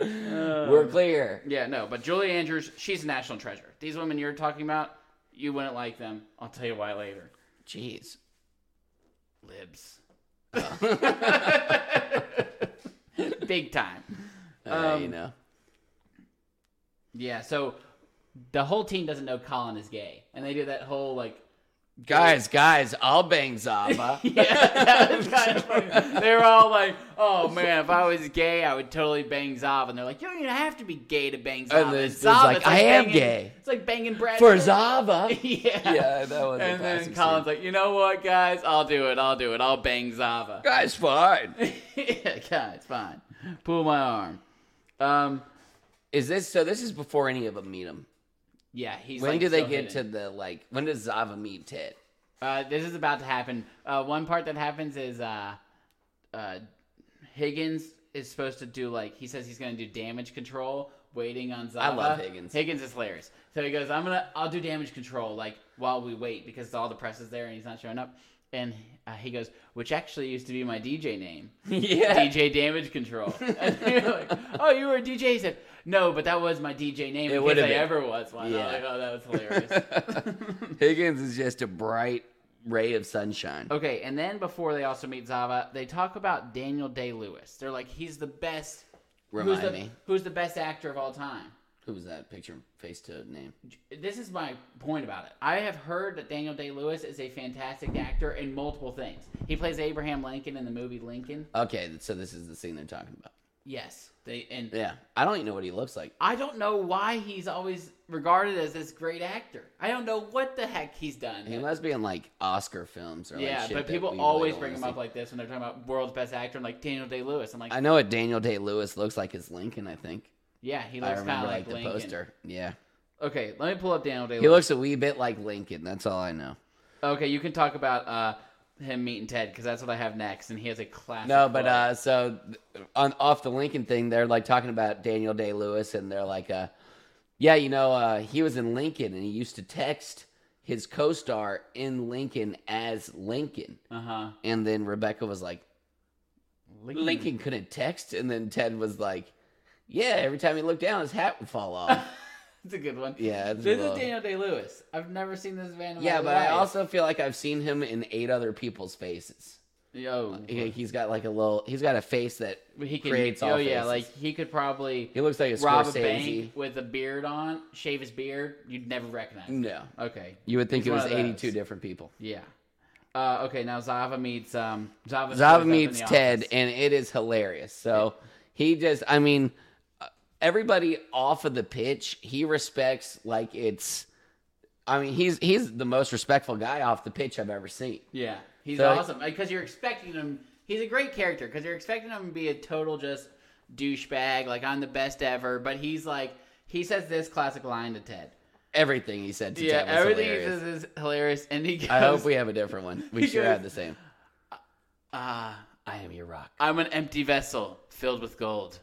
S1: we're clear.
S2: Yeah, no, but Julie Andrews, she's a national treasure. These women you're talking about, you wouldn't like them. I'll tell you why later.
S1: Jeez.
S2: Libs. Big time.
S1: Uh, you
S2: Um,
S1: know.
S2: Yeah, so the whole team doesn't know Colin is gay. And they do that whole like
S1: Guys, guys, I'll bang Zaba.
S2: Yeah, that was kind of funny. They were all like, "Oh man, if I was gay, I would totally bang Zav," and they're like, "You don't even have to be gay to bang Zav."
S1: And this
S2: It's
S1: dude's
S2: Zav,
S1: like,
S2: it's
S1: "I am
S2: banging-
S1: gay."
S2: It's like banging Brad
S1: For
S2: Pitt.
S1: Zaba.
S2: yeah,
S1: Yeah, that was a
S2: And then
S1: classic
S2: Colin's
S1: scene.
S2: like, "You know what, guys? I'll do it. I'll do it. I'll bang Zava."
S1: Guys, fine.
S2: yeah, God, it's fine. Pull my arm. Um,
S1: Is this so? This is before any of them meet him.
S2: yeah, he's.
S1: When
S2: like,
S1: do they
S2: so
S1: get
S2: hidden.
S1: to the like? When does Zava meet Ted?
S2: Uh, this is about to happen. Uh, one part that happens is uh, uh, Higgins is supposed to do like he says he's going to do damage control, waiting on Zava.
S1: love Higgins.
S2: Higgins is hilarious. So he goes, "I'm gonna, I'll do damage control like while we wait because all the press is there and he's not showing up." And uh, he goes, "Which actually used to be my DJ name."
S1: Yeah.
S2: DJ Damage Control. And you're like, oh, you were a DJ. He said, no, but that was my DJ name.
S1: It
S2: in case
S1: would've
S2: I
S1: been.
S2: ever was one.
S1: Yeah.
S2: I was like, oh, that was hilarious.
S1: Higgins is just a bright ray of sunshine.
S2: Okay, and then before they also meet Zava, they talk about Daniel Day Lewis. They're like, he's the best.
S1: Remind
S2: who's the,
S1: me,
S2: Who's the best actor of all time?
S1: who was that picture face to name?
S2: This is my point about it. I have heard that Daniel Day Lewis is a fantastic actor in multiple things. He plays Abraham Lincoln in the movie Lincoln.
S1: Okay, so this is the scene they're talking about.
S2: Yes, they and
S1: Yeah, I don't even know what he looks like.
S2: I don't know why he's always regarded as this great actor. I don't know what the heck he's done.
S1: He must be in like Oscar films or like
S2: yeah,
S1: shit
S2: but
S1: that we
S2: people
S1: really
S2: always
S1: don't
S2: bring him
S1: wanna
S2: up
S1: see.
S2: like this when they're talking about world's best actor and like Daniel Day Lewis. I'm like,
S1: I know what Daniel Day Lewis looks like is Lincoln. I think
S2: yeah, he
S1: I
S2: looks kind
S1: remember
S2: of
S1: like,
S2: like,
S1: the
S2: Lincoln.
S1: poster. Yeah,
S2: Okay, let me pull up Daniel Day.
S1: he looks a wee bit like Lincoln. That's all I know.
S2: Okay, you can talk about uh, him meeting Ted because that's what I have next, and he has a classic.
S1: No, but
S2: quote.
S1: uh, so th- on off the Lincoln thing, they're like talking about Daniel Day Lewis, and they're like, uh, yeah, you know, uh, he was in Lincoln, and he used to text his co-star in Lincoln as Lincoln,
S2: uh-huh.
S1: and then Rebecca was like,
S2: Hmm.
S1: Lincoln couldn't text, and then Ted was like, yeah, every time he looked down, his hat would fall off.
S2: It's a good one.
S1: yeah, it's a
S2: This
S1: little-
S2: is Daniel Day Lewis. I've never seen this man. in my
S1: Yeah, but I
S2: life.
S1: also feel like I've seen him in eight other people's faces.
S2: yo
S1: He- He's got like a little, he's got a face that
S2: he can,
S1: creates all
S2: Oh yeah,
S1: faces.
S2: like he could probably
S1: he looks like a
S2: rob
S1: Scorsese.
S2: a bank with a beard on, shave his beard. You'd never recognize. him.
S1: No.
S2: Okay,
S1: You would think
S2: He's
S1: it was
S2: one of
S1: 82
S2: those.
S1: different people.
S2: yeah. Uh, okay, now Zava meets um Zava. shows up
S1: Zava
S2: in
S1: meets
S2: the
S1: Ted,
S2: office.
S1: and it is hilarious. So he just, I mean, uh, everybody off of the pitch, he respects like it's. I mean, he's he's the most respectful guy off the pitch I've ever seen.
S2: Yeah, he's
S1: So-
S2: awesome because you're expecting him. He's a great character because you're expecting him to be a total just douchebag, like I'm the best ever. But he's like he says this classic line to Ted.
S1: Everything he said to
S2: yeah,
S1: Ted was
S2: everything
S1: hilarious.
S2: he says is hilarious, and he goes,
S1: I hope we have a different one. We
S2: He
S1: sure
S2: goes-
S1: had the same.
S2: "Ah,
S1: I am your rock.
S2: I'm an empty vessel filled with gold.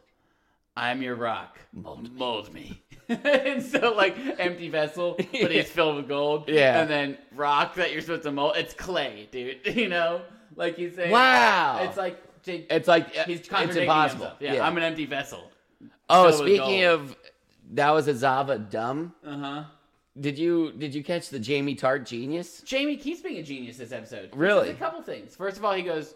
S2: I'm your rock.
S1: Mold me."
S2: Mold me." and so, like, empty vessel, but he's filled with gold.
S1: Yeah.
S2: And then rock that you're supposed to mold. It's clay, dude. You know, like he's saying.
S1: Wow.
S2: It's like Jake-
S1: It's like
S2: he's
S1: Uh, it's
S2: contradicting
S1: impossible.
S2: Himself. Yeah, I'm an empty vessel.
S1: oh,
S2: filled with
S1: speaking
S2: gold.
S1: of that was a Zava dumb.
S2: Uh huh.
S1: Did you did you catch the Jamie Tart genius?
S2: Jamie keeps being a genius this episode. He
S1: Really?
S2: says a couple things. First of all, he goes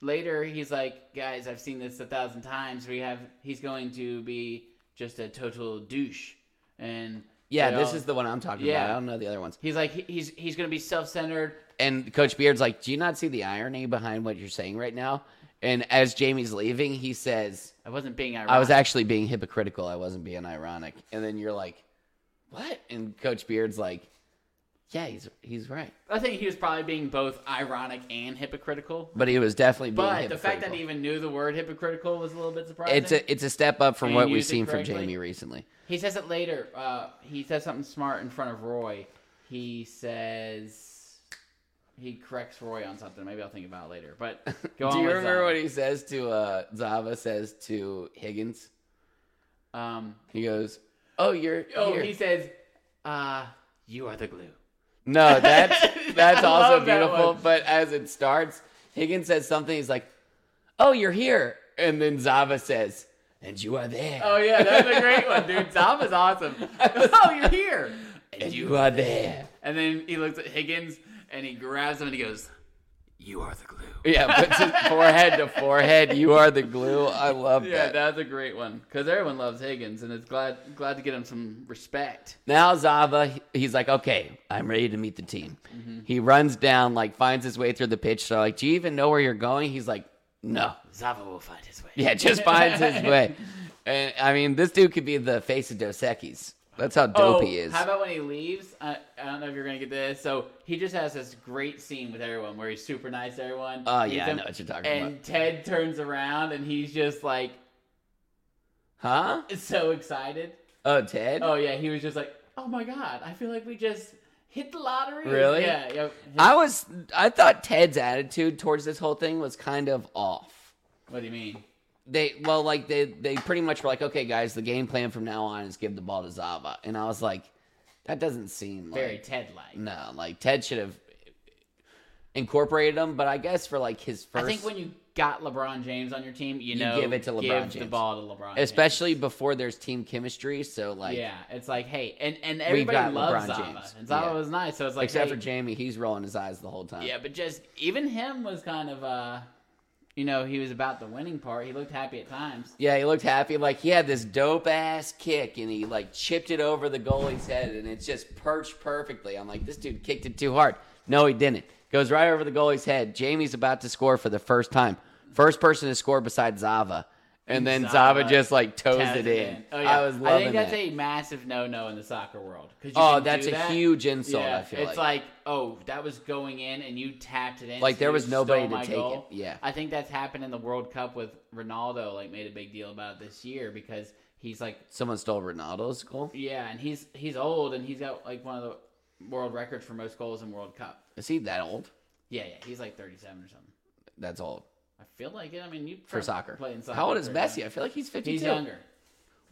S2: later. He's like, guys, I've seen this a thousand times. We have. He's going to be just a total douche. and
S1: Yeah,
S2: they
S1: this
S2: all-
S1: is the one I'm talking
S2: Yeah.
S1: about. I don't know the other ones.
S2: He's like he- he's he's gonna be self centered.
S1: And Coach Beard's like, "Do you not see the irony behind what you're saying right now?" And as Jamie's leaving, he says,
S2: I wasn't being ironic.
S1: I was actually being hypocritical. I wasn't being ironic. And then you're like, what? And Coach Beard's like, yeah, he's he's right.
S2: I think he was probably being both ironic and hypocritical.
S1: But he was definitely being
S2: But the fact
S1: hypocritical.
S2: that he even knew the word hypocritical was a little bit surprising.
S1: it's a it's a step up from
S2: And
S1: what
S2: he
S1: we've
S2: used it
S1: seen from
S2: correctly?
S1: Jamie recently.
S2: He says it later. Uh, he says something smart in front of Roy. He says he corrects Roy on something. Maybe I'll think about it later. But go on
S1: Do you
S2: with
S1: remember
S2: Zava.
S1: what he says to uh, Zava says to Higgins?
S2: Um,
S1: He goes, "Oh, you're
S2: oh,
S1: here."
S2: he says, uh, "You are the glue."
S1: No, that's that's
S2: I
S1: also
S2: love that
S1: beautiful.
S2: one.
S1: but as it starts, Higgins says something. He's like, "Oh, you're here," and then Zava says, "And you are there."
S2: Oh yeah, that's a great one, dude. Zava's awesome. oh, you're here.
S1: and you are there.
S2: And then he looks at Higgins and he grabs him and he goes, "You are the glue."
S1: Yeah, puts his forehead to forehead. You are the glue. I love
S2: Yeah,
S1: that.
S2: that's a great one because everyone loves Higgins and it's glad glad to get him some respect.
S1: Now Zava, he- he's like, okay, I'm ready to meet the team.
S2: Mm-hmm.
S1: He runs down, like finds his way through the pitch. So like, do you even know where you're going? He's like, no.
S2: Zava will find his way.
S1: Yeah, just finds his way. And I mean, this dude could be the face of Dos Equis. That's how dope he is.
S2: How about when he leaves? I, I don't know if you're gonna get this. So he just has this great scene with everyone where he's super nice to everyone.
S1: Oh
S2: He's
S1: yeah, I
S2: in-
S1: know what you're talking
S2: And
S1: about.
S2: Ted turns around and he's just like
S1: Huh?
S2: so excited.
S1: Oh, Ted.
S2: Oh yeah, he was just like, oh my god, I feel like we just hit the lottery.
S1: Really?
S2: Yeah. yeah.
S1: I was. I thought Ted's attitude towards this whole thing was kind of off.
S2: what do you mean?
S1: they well like they they pretty much were like okay guys the game plan from now on is give the ball to zava and i was like that doesn't seem like
S2: Very Ted like.
S1: no like ted should have incorporated him but i guess for like his
S2: I
S1: first
S2: think when you got LeBron James on your team, you, know,
S1: give it to LeBron
S2: give the
S1: James.
S2: ball to LeBron, James.
S1: especially before there's team chemistry so like
S2: yeah, it's like hey, and and everybody
S1: got
S2: loves
S1: LeBron
S2: Zava,
S1: James.
S2: and Zava
S1: Yeah.
S2: was nice, so it's like
S1: except
S2: hey,
S1: for jamie he's rolling his eyes the whole time
S2: Yeah, but just even him was kind of uh you know, he was about the winning part. He looked happy at times.
S1: Yeah, he looked happy. Like he had this dope ass kick, and he like chipped it over the goalie's head, and it's just perched perfectly. I'm like, this dude kicked it too hard. No, he didn't. Goes right over the goalie's head. Jamie's about to score for the first time. First person to score besides Zava, and then Zava,
S2: Zava
S1: just like toes
S2: Tapped
S1: it in.
S2: Oh, yeah.
S1: I was
S2: I
S1: loving
S2: think that's
S1: that.
S2: a massive no no in the soccer world. 'Cause you
S1: oh,
S2: can
S1: that's
S2: do
S1: a
S2: that.
S1: huge insult. I feel
S2: it's like. oh, that was going in and you tapped it in.
S1: Like,
S2: so
S1: there
S2: you
S1: was nobody
S2: stole
S1: to
S2: my
S1: take
S2: goal.
S1: it. Yeah.
S2: I think that's happened in the World Cup with Ronaldo. Like made a big deal about it this year because he's like,
S1: someone stole Ronaldo's goal.
S2: yeah, and he's he's old and he's got like one of the world records for most goals in World Cup.
S1: Is he that old?
S2: Yeah, yeah, he's like thirty seven or something.
S1: That's old
S2: I feel like it. I mean, you
S1: for soccer.
S2: Playing soccer.
S1: How old is
S2: for a minute.
S1: Messi? I feel like he's 52.
S2: He's younger.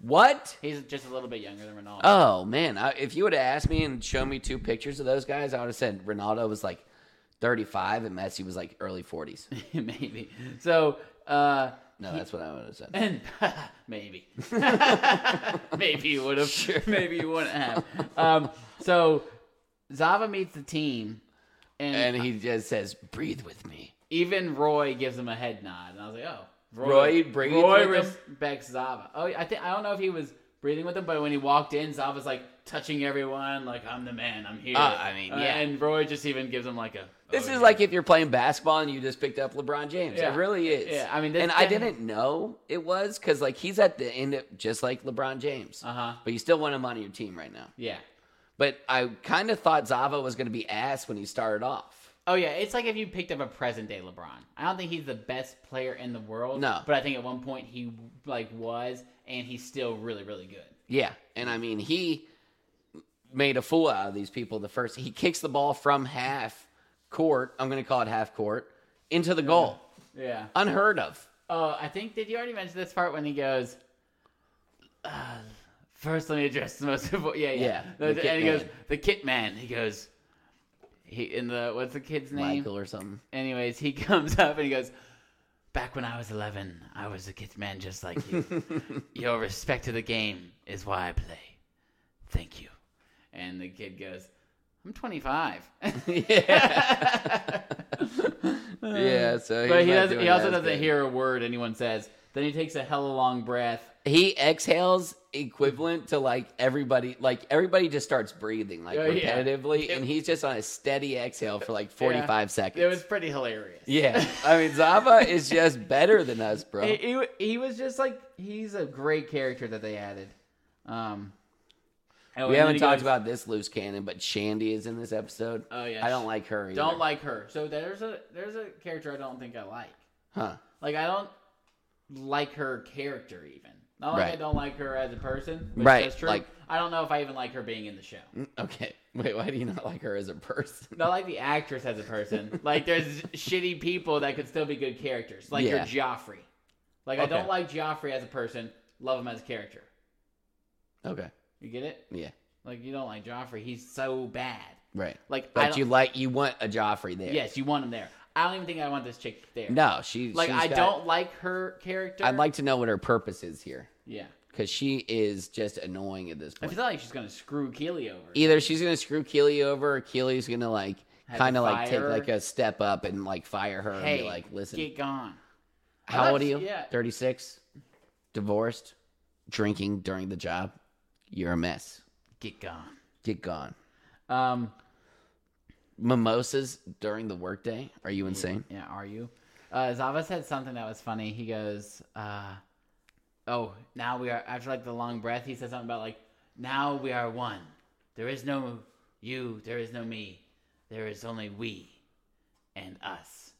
S1: What?
S2: He's just a little bit younger than Ronaldo.
S1: Oh man, I, if you would have asked me and shown me two pictures of those guys, I would have said Ronaldo was like 35 and Messi was like early 40s.
S2: maybe. So, uh,
S1: No, that's what I would have said.
S2: and maybe, maybe you would have. Maybe you wouldn't have. Um, so, Zava meets the team, and,
S1: And he just says, "Breathe with me."
S2: even Roy gives him a head nod, and I was like, oh,
S1: Roy breathes
S2: Roy
S1: with him?
S2: respects Zava. Oh, I think I don't know if he was breathing with him, but when he walked in, Zava's like touching everyone, like I'm the man, I'm here.
S1: Uh, I mean, yeah.
S2: and Roy just even gives him like a.
S1: This
S2: oh,
S1: is
S2: yeah.
S1: like if you're playing basketball and you just picked up LeBron James.
S2: Yeah.
S1: It really is.
S2: Yeah, I mean, this
S1: and I
S2: guy-
S1: didn't know it was because like he's at the end of just like LeBron James,
S2: Uh-huh.
S1: but you still want him on your team right now.
S2: Yeah.
S1: But I kind of thought Zava was going to be ass when he started off.
S2: Oh yeah, it's like if you picked up a present day LeBron. I don't think he's the best player in the world.
S1: No.
S2: but I think at one point he like was, and he's still really really good.
S1: Yeah, and I mean he made a fool out of these people. The first he kicks the ball from half court. I'm going to call it half court into the goal.
S2: Yeah.
S1: Unheard of.
S2: Oh, I think did you already mention this part when he goes? Uh, first, let me address the most important. Yeah, yeah.
S1: Yeah,
S2: The-
S1: the
S2: and
S1: kit
S2: he goes
S1: man.
S2: the kit man. He goes. He in the what's the kid's name?
S1: Michael or something.
S2: Anyways, he comes up and he goes, Back when I was 11, I was a kid's man just like you. Your respect to the game is why I play. Thank you. And the kid goes, I'm 25.
S1: yeah. yeah. So, he's
S2: but he
S1: not
S2: doesn't.
S1: doing
S2: Eh. He also
S1: as
S2: doesn't
S1: good.
S2: hear a word anyone says. Then he takes a hella long breath
S1: he exhales equivalent to like everybody like everybody just starts breathing like
S2: Oh, yeah.
S1: repetitively
S2: It-
S1: and he's just on a steady exhale for like 45 seconds
S2: It was pretty hilarious.
S1: yeah i mean zava is just better than us bro
S2: He, he, he was just like he's a great character that they added. Um,
S3: Oh, and
S1: we
S3: then
S1: haven't
S3: he
S1: talked
S3: goes-
S1: about this loose cannon but shandy is in this episode
S2: Oh, yeah.
S1: i don't like her either.
S2: Don't like her. So there's a there's a character I don't think I like.
S1: huh
S2: Like I don't like her character even. Not like I
S1: Right.
S2: don't like her as a person. Which
S1: Right,
S2: That's true.
S1: like- Mm.
S2: I don't know if I even like her being in the show.
S1: okay wait why do you not like her as a person
S2: Not like the actress as a person. like there's shitty people that could still be good characters. Like your
S1: Yeah.
S2: Joffrey. Like I
S1: Okay.
S2: don't like Joffrey as a person. Love him as a character.
S1: okay
S2: You get it?
S1: yeah
S2: Like you don't like Joffrey. He's so bad.
S1: right
S2: Like I
S1: but
S2: don't,
S1: you like you want a joffrey there
S2: Yes, you want him there. I don't even think I want this chick there.
S1: no she
S2: Like
S1: she's
S2: I
S1: got-
S2: don't like her character.
S1: i'd like to know what her purpose is here
S2: Yeah.
S1: because she is just annoying at this
S2: I
S1: point.
S2: feel like she's gonna screw Keely over.
S1: Either she's gonna screw Keely over, or Keely's gonna like
S2: Have
S1: kind
S2: to
S1: of like take
S2: fire her.
S1: like a step up and like fire her and
S2: hey,
S1: be like, "Listen,
S2: get gone.
S1: how old are
S2: that's-
S1: you?
S2: yeah.
S1: Thirty six, divorced, drinking during the job. You're a mess.
S2: Get gone.
S1: Get gone.
S2: Um.
S1: Mimosas during the workday. Are you insane?
S2: Yeah. Are you? Uh, Zava said something that was funny. He goes, uh, "Oh, now we are." After like the long breath, he said something about like, "Now we are one. There is no you. There is no me. There is only we, and us,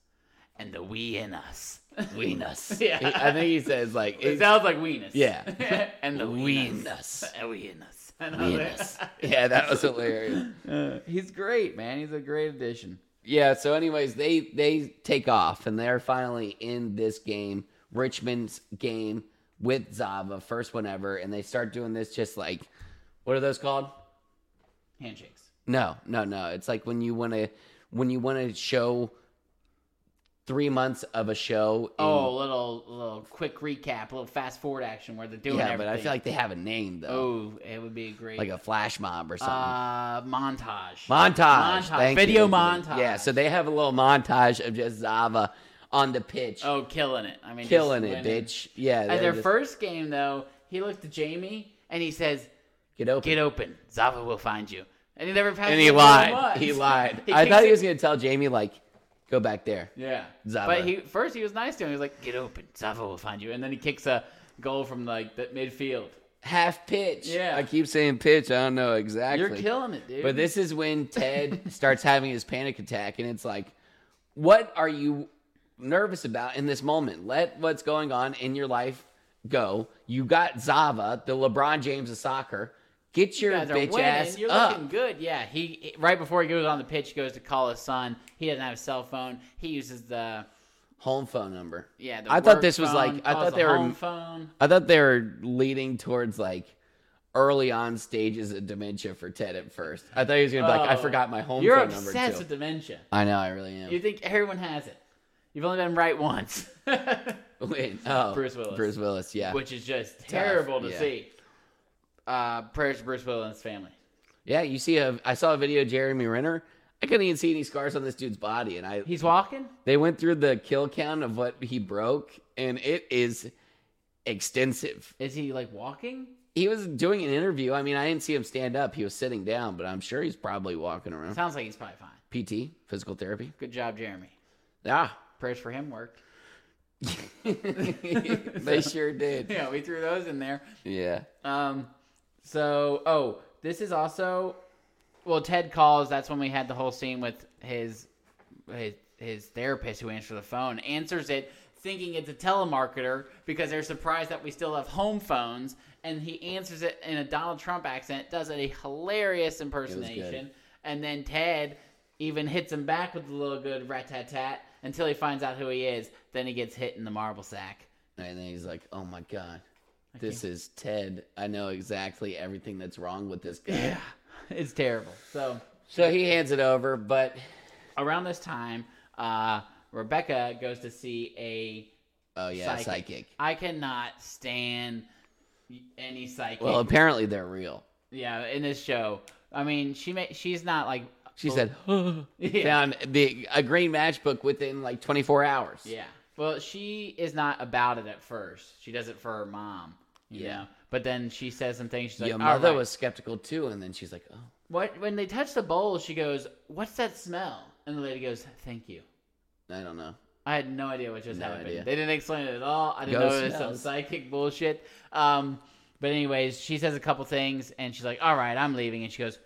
S2: and the we in us.
S1: Weenus.
S2: Yeah.
S1: He- I think he says like
S2: It
S1: it's
S2: sounds like weenus.
S1: Yeah.
S2: and the
S1: weenus.
S2: weenus. Weenus. And I was like,
S1: Weenus. Yeah, that was hilarious.
S2: Uh, He's great, man. He's a great addition.
S1: Yeah, so anyways, they they take off and they're finally in this game, Richmond's game with Zava, first one ever, and they start doing this just like what are those called?
S2: Handshakes.
S1: No, no, no. It's like when you want to when you want to show 3 months of a show in
S2: Oh, little little quick recap, little fast forward action where they're doing
S1: Yeah, but
S2: everything.
S1: I feel like they have a name though.
S2: oh, it would be a great
S1: Like a flash mob or something.
S2: uh, montage.
S1: Montage.
S2: Montage.
S1: Thank
S2: Video
S1: you.
S2: montage.
S1: Yeah, so they have a little montage of just Zava on the pitch,
S2: oh, killing it. I mean, just
S1: killing it,
S2: winning.
S1: bitch. Yeah.
S2: At
S1: they're
S2: their
S1: just-
S2: first game though, he looked at Jamie and he says,
S1: get open.
S2: "Get open, Zava will find you." And he never passed.
S1: And he
S2: the ball
S1: lied.
S2: once.
S1: He lied.
S2: He
S1: I
S2: kicks
S1: thought he
S2: it-
S1: was gonna tell Jamie like, go back there.
S2: Yeah.
S1: Zava.
S2: But he first he was nice to him. He was like, "Get open, Zava will find you." And then he kicks a goal from like the midfield.
S1: Half pitch.
S2: Yeah.
S1: I keep saying pitch. I don't know exactly.
S2: You're killing it, dude.
S1: But this is when Ted starts having his panic attack, and it's like, what are you nervous about in this moment? Let what's going on in your life go. You got Zava, the LeBron James of soccer. Get your
S2: guys are
S1: bitch
S2: winning.
S1: ass
S2: You're
S1: up.
S2: looking good. Yeah. He he- right before he goes on the pitch, he goes to call his son. He doesn't have a cell phone. He uses the
S1: Home phone number.
S2: yeah. The
S1: I thought
S2: work
S1: this was
S2: phone,
S1: like- I
S2: calls
S1: thought
S2: the
S1: they were-
S2: home phone.
S1: I thought they were leading towards like early on stages of dementia for Ted at first. I thought he was gonna be like, I
S2: Oh.
S1: forgot my home
S2: You're
S1: phone
S2: obsessed
S1: number too.
S2: with dementia.
S1: I know, I really am.
S2: You think everyone has it. You've only been right once,
S1: Wait, oh,
S2: Bruce Willis.
S1: Bruce Willis, yeah,
S2: which is just terrible to
S1: yeah.
S2: see. Uh, prayers to Bruce Willis' family.
S1: yeah. You see, a, I saw a video of Jeremy Renner. I couldn't even see any scars on this dude's body, and I
S2: He's walking.
S1: they went through the kill count of what he broke, and it is extensive.
S2: Is he like walking?
S1: He was doing an interview. I mean, I didn't see him stand up. He was sitting down, but I'm sure he's probably walking around.
S2: Sounds like he's probably fine.
S1: PT, physical therapy.
S2: Good job, Jeremy.
S1: Ah,
S2: Prayers for him worked.
S1: they sure did.
S2: Yeah, we threw those in there.
S1: Yeah.
S2: Um, so oh, this is also well, Ted calls. That's when we had the whole scene with his his his therapist who answers the phone, answers it thinking it's a telemarketer because they're surprised that we still have home phones, and he answers it in a Donald Trump accent, does a hilarious impersonation, and then Ted even hits him back with a little good rat tat tat until he finds out who he is. Then he gets hit in the marble sack.
S1: And then he's like, "Oh my god, this is Ted. I know exactly everything that's wrong with this guy."
S2: Yeah, it's terrible. So.
S1: So he hands it over, but
S2: around this time, uh, Rebecca goes to see a.
S1: oh yeah, psychic.
S2: Psychic. I cannot stand any psychic.
S1: Well, um, apparently they're real.
S2: yeah, in this show, I mean, she may, she's not like
S1: She said, huh,
S2: Yeah.
S1: "Found the a green matchbook within like 24 hours."
S2: yeah. Well, she is not about it at first. She does it for her mom. You
S1: Yeah.
S2: know? But then she says some things. She's like,
S1: Your
S2: "All
S1: mother
S2: right."
S1: was skeptical too, and then she's like, "Oh,
S2: What when they touch the bowl, she goes, "What's that smell?" And the lady goes, "Thank you."
S1: I don't know."
S2: I had no idea what just
S1: No
S2: happened.
S1: idea.
S2: They didn't explain it at all. I didn't
S1: Ghost
S2: know it was some
S1: smells.
S2: psychic bullshit. Um, but anyways, she says a couple things, and she's like, "All right, I'm leaving." And she goes,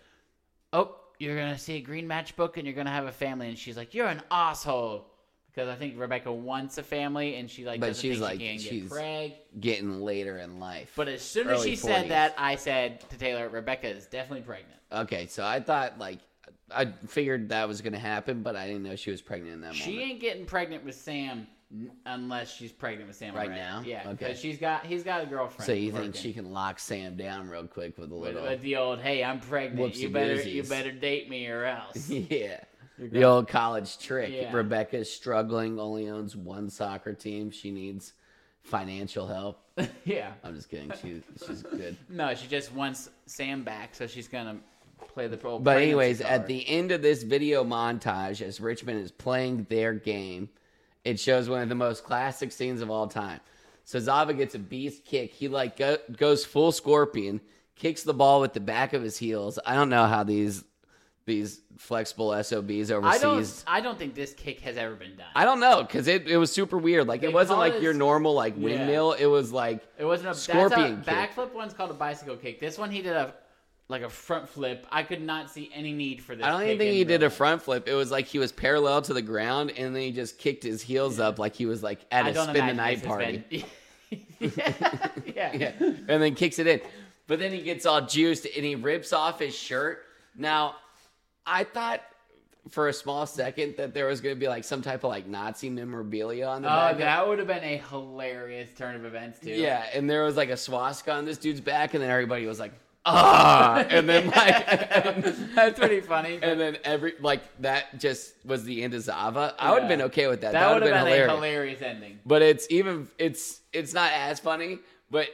S2: "Oh, you're gonna see a green matchbook, and you're gonna have a family." And she's like, "You're an asshole," because I think Rebecca wants a family, and she like
S1: But
S2: doesn't
S1: she's
S2: think
S1: like-
S2: she can
S1: she's-
S2: get preg.
S1: Getting later in life.
S2: But as soon as
S1: early
S2: she said
S1: 40s.
S2: that, I said to Taylor, "Rebecca is definitely pregnant."
S1: okay, so I thought like I figured that was gonna happen, but I didn't know she was pregnant in that
S2: She
S1: moment.
S2: ain't getting pregnant with Sam n- unless she's pregnant with Sam
S1: Right
S2: already.
S1: now?
S2: Yeah,
S1: Okay.
S2: because she's got he's got a girlfriend.
S1: So you
S2: working.
S1: think she can lock Sam down real quick with a
S2: with,
S1: little?
S2: with the old hey I'm pregnant. You
S1: Whoopsie
S2: better you
S1: doozies.
S2: better date me or else.
S1: yeah. The
S2: gone.
S1: old college trick.
S2: Yeah.
S1: Rebecca's struggling, only owns one soccer team. She needs financial help.
S2: yeah.
S1: I'm just kidding. She, she's good.
S2: No, she just wants Sam back, so she's gonna play the role.
S1: But anyways, at the end of this video montage, as Richmond is playing their game, it shows one of the most classic scenes of all time. So Zava gets a beast kick. He like go, goes full scorpion, kicks the ball with the back of his heels. I don't know how these these flexible SOBs overseas.
S2: I don't I don't think this kick has ever been done.
S1: I don't know because it, it was super weird. Like
S2: They
S1: it wasn't
S2: call
S1: like
S2: it-
S1: your normal like
S2: Yeah.
S1: windmill. It was like
S2: it wasn't a
S1: Scorpion
S2: that's a, backflip. One's called a bicycle kick. This one he did a like a front flip. I could not see any need for this.
S1: I don't even
S2: kick
S1: think
S2: in
S1: he did
S2: real
S1: a front flip. It was like he was parallel to the ground and then he just kicked his heels up like he was like at
S2: I
S1: a
S2: don't
S1: spin the
S2: imagine
S1: night
S2: this has
S1: party.
S2: been- yeah.
S1: yeah. And then kicks it in. But then he gets all juiced and he rips off his shirt. Now, I thought for a small second that there was going to be like some type of like Nazi memorabilia on the back.
S2: Oh,
S1: of-
S2: that would have been a hilarious turn of events too.
S1: Yeah, and there was like a swastika on this dude's back, and then everybody was like, ah, and then like,
S2: that's pretty funny.
S1: and then every like that just was the end of Zava. I would have
S2: Yeah.
S1: been okay with that.
S2: that
S1: would
S2: would have been,
S1: hilarious.
S2: a hilarious ending.
S1: But it's even it's it's not as funny, but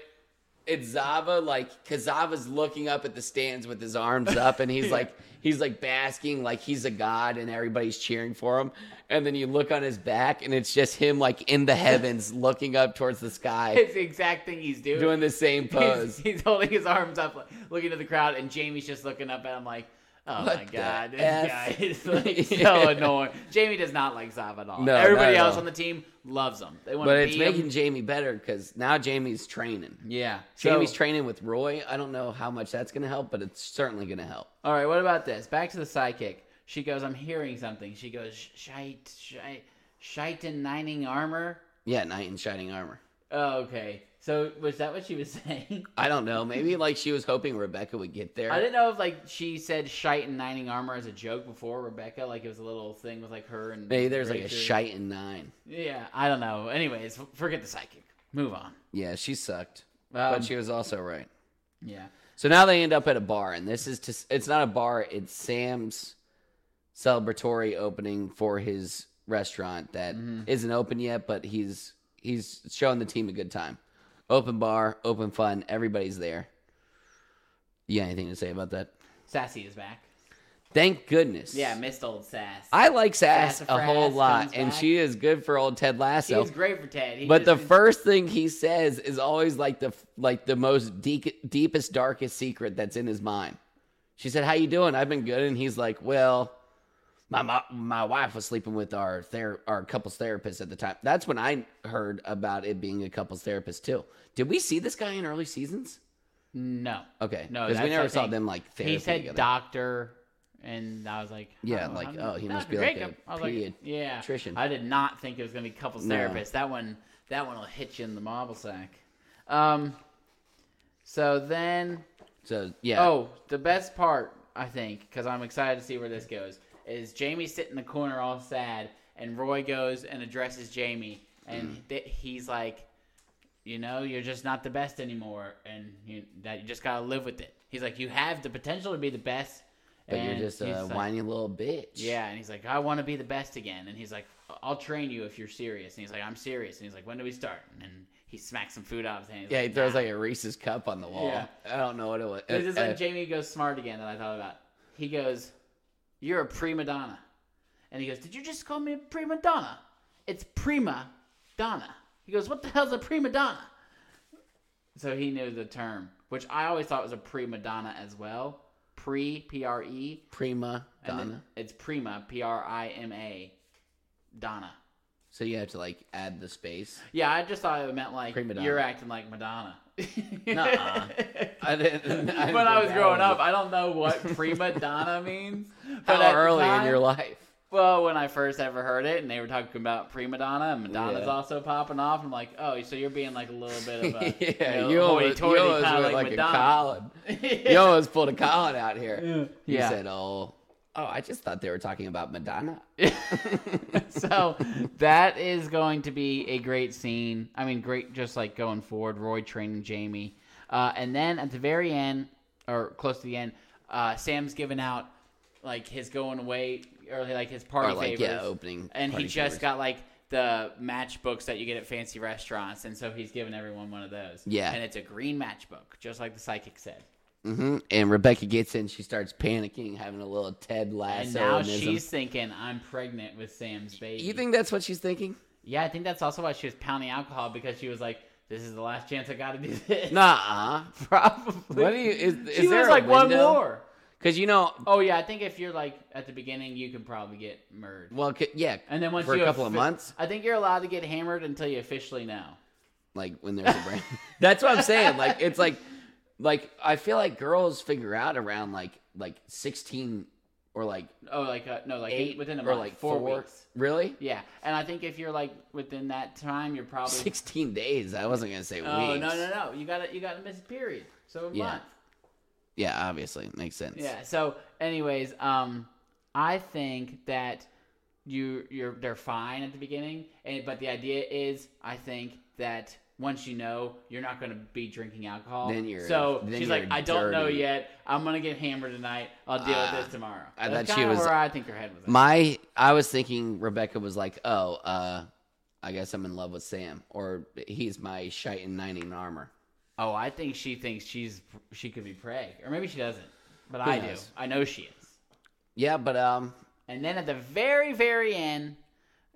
S1: it's Zava like because Zava's looking up at the stands with his arms up, and he's
S2: Yeah.
S1: like he's like basking like he's a god, and everybody's cheering for him. And then you look on his back, and it's just him like in the heavens looking up towards the sky.
S2: It's the exact thing he's doing.
S1: Doing the same
S2: he's,
S1: pose.
S2: he's holding his arms up, like, looking at the crowd, and Jamie's just looking up at him like, "Oh
S1: What
S2: my
S1: the
S2: god, this
S1: F?
S2: guy is like
S1: Yeah.
S2: so annoying." Jamie does not like Zav at all.
S1: No,
S2: everybody
S1: not at
S2: else
S1: all.
S2: on the team loves him. They want
S1: But
S2: to
S1: it's
S2: be
S1: making
S2: him.
S1: Jamie better because now Jamie's training.
S2: Yeah,
S1: Jamie's
S2: So-
S1: training with Roy. I don't know how much that's going to help, but it's certainly going to help.
S2: All right, what about this? Back to the psychic. She goes, I'm hearing something. She goes, "Sh- shite, shite, shite and nining armor.
S1: Yeah, knight in shining armor.
S2: Oh, okay. So was that what she was saying?
S1: I don't know. Maybe like she was hoping Rebecca would get there.
S2: I didn't know if like she said shite and nining armor as a joke before Rebecca, like it was a little thing with like her and
S1: Maybe there's like a
S2: Rachel.
S1: shite in nine.
S2: Yeah, I don't know. Anyways, f- forget the psychic. Move on.
S1: Yeah, she sucked,
S2: Um,
S1: but she was also right.
S2: Yeah.
S1: So now they end up at a bar, and this is just, it's not a bar, it's Sam's celebratory opening for his restaurant that
S2: Mm-hmm.
S1: not open yet, but he's he's showing the team a good time. Open bar, open fun, everybody's there. You got anything to say about that?
S2: Sassy is back.
S1: Thank goodness.
S2: Yeah, missed old Sass.
S1: I like Sass a
S2: Sassafras
S1: whole lot,
S2: comes
S1: and
S2: back.
S1: she is good for old Ted
S2: He
S1: Lasso.
S2: was great for Ted. He
S1: But the
S2: just-
S1: first thing he says is always like the like the most deep, deepest, darkest secret that's in his mind. She said, "How you doing? I've been good." And he's like, "Well, my my, my wife was sleeping with our ther- our couples therapist at the time. That's when I heard about it being a couples therapist too. Did we see this guy in early seasons?
S2: no.
S1: Okay,
S2: No,
S1: because we
S2: that's,
S1: never
S2: I
S1: saw
S2: think-
S1: them like therapy
S2: he said
S1: together.
S2: doctor, and I was like,
S1: Yeah,
S2: oh,
S1: like,
S2: I'm-
S1: oh, he must
S2: Dr.
S1: be like a
S2: Jacob. I was like, yeah,
S1: pediatrician.
S2: I did not think it was gonna be couples
S1: No.
S2: therapist. That one, that one will hit you in the marble sack. Um, so then,
S1: so yeah,
S2: oh, the best part I think, because I'm excited to see where this goes, is Jamie sitting in the corner all sad, and Roy goes and addresses Jamie, and
S1: Mm-hmm.
S2: th- he's like. You know, you're just not the best anymore, and you, that you just gotta live with it. He's like, you have the potential to be the best,
S1: but you're
S2: and
S1: just
S2: he's
S1: a
S2: like-
S1: whiny little bitch.
S2: yeah, and he's like, I want to be the best again. And he's like, I'll train you if you're serious. And he's like, I'm serious. And he's like, when do we start? And he smacks some food out of his hand. He's
S1: yeah. He throws
S2: "Nah."
S1: like a Reese's cup on the wall.
S2: Yeah.
S1: I don't know what it was.
S2: This is
S1: Uh,
S2: when Jamie goes smart again that I thought about. He goes, You're a prima donna. And he goes, Did you just call me a prima donna? It's prima donna. He goes, What the hell's a prima donna? So he knew the term, which I always thought was a prima donna as well. Pre, P R E.
S1: Prima
S2: And
S1: donna.
S2: then It's prima, P R I M A, Donna.
S1: so you have to like add the space.
S2: Yeah, I just thought it meant like
S1: Prima donna.
S2: you're acting like Madonna.
S1: Nuh-uh. I didn't, I didn't
S2: when I
S1: think
S2: was
S1: that
S2: growing up, I don't know what prima donna means.
S1: how
S2: but at the
S1: early in your
S2: time-
S1: life?
S2: Well, when I first ever heard it, and they were talking about prima donna, and Madonna's
S1: Yeah.
S2: also popping off, I'm like, oh, so you're being like a little bit of a
S1: yeah,
S2: you
S1: you
S2: know,
S1: always, you
S2: hoity-toity
S1: always
S2: kinda
S1: went
S2: like
S1: like, a
S2: Madonna.
S1: Colin. You always pulled a Colin out here. You
S2: Yeah.
S1: said, "Oh, oh, I just thought they were talking about Madonna."
S2: so that is going to be a great scene. I mean, great just like going forward. Roy training Jamie, uh, and then at the very end or close to the end, uh, Sam's giving out like his going away or like his party
S1: Or like,
S2: favors.
S1: yeah, opening
S2: and he
S1: party
S2: just
S1: favors.
S2: got like the matchbooks that you get at fancy restaurants, and so he's giving everyone one of those.
S1: Yeah.
S2: and it's a green matchbook, just like the psychic said.
S1: hmm And Rebecca gets in. She starts panicking, having a little Ted Lasso.
S2: And now she's thinking, "I'm pregnant with Sam's baby."
S1: You think that's what she's thinking?
S2: Yeah, I think that's also why she was pounding alcohol because she was like, "This is the last chance I got to do this."
S1: Nah.
S2: probably.
S1: What do you? Is, is
S2: she
S1: there
S2: was
S1: a
S2: like one
S1: window?
S2: more.
S1: Because you know,
S2: Oh yeah, I think if you're like at the beginning, you can probably get murdered.
S1: well, c- yeah.
S2: And then once
S1: for
S2: you
S1: a couple of
S2: offi-
S1: months,
S2: I think you're allowed to get hammered until you officially know.
S1: like when there's a brain. That's what I'm saying. Like it's like, like I feel like girls figure out around like like 16 or like
S2: Oh, like uh, no, like eight,
S1: eight
S2: within a
S1: or
S2: month,
S1: like
S2: four,
S1: four.
S2: weeks.
S1: really
S2: Yeah, and I think if you're like within that time, you're probably
S1: 16 days. I wasn't gonna say
S2: Oh
S1: weeks.
S2: no no no! You got to you got to miss a period, so a
S1: Yeah.
S2: month.
S1: Yeah, obviously makes sense.
S2: Yeah. So, anyways, um, I think that you you're they're fine at the beginning, and but the idea is, I think that once you know, you're not going to be drinking alcohol.
S1: Then you're-
S2: so
S1: then
S2: she's
S1: you're
S2: like, I don't know
S1: dirty."
S2: yet. I'm gonna get hammered tonight. I'll deal
S1: Ah,
S2: with this tomorrow.
S1: I
S2: That's
S1: thought she
S2: kinda
S1: was-
S2: where I think her head was. At.
S1: My, I was thinking Rebecca was like, oh, uh, I guess I'm in love with Sam, or he's my shite and nine in armor.
S2: oh, I think she thinks she's she could be preg, or maybe she doesn't, but I do.
S1: knows?
S2: I know she is.
S1: Yeah, but um,
S2: And then at the very very end,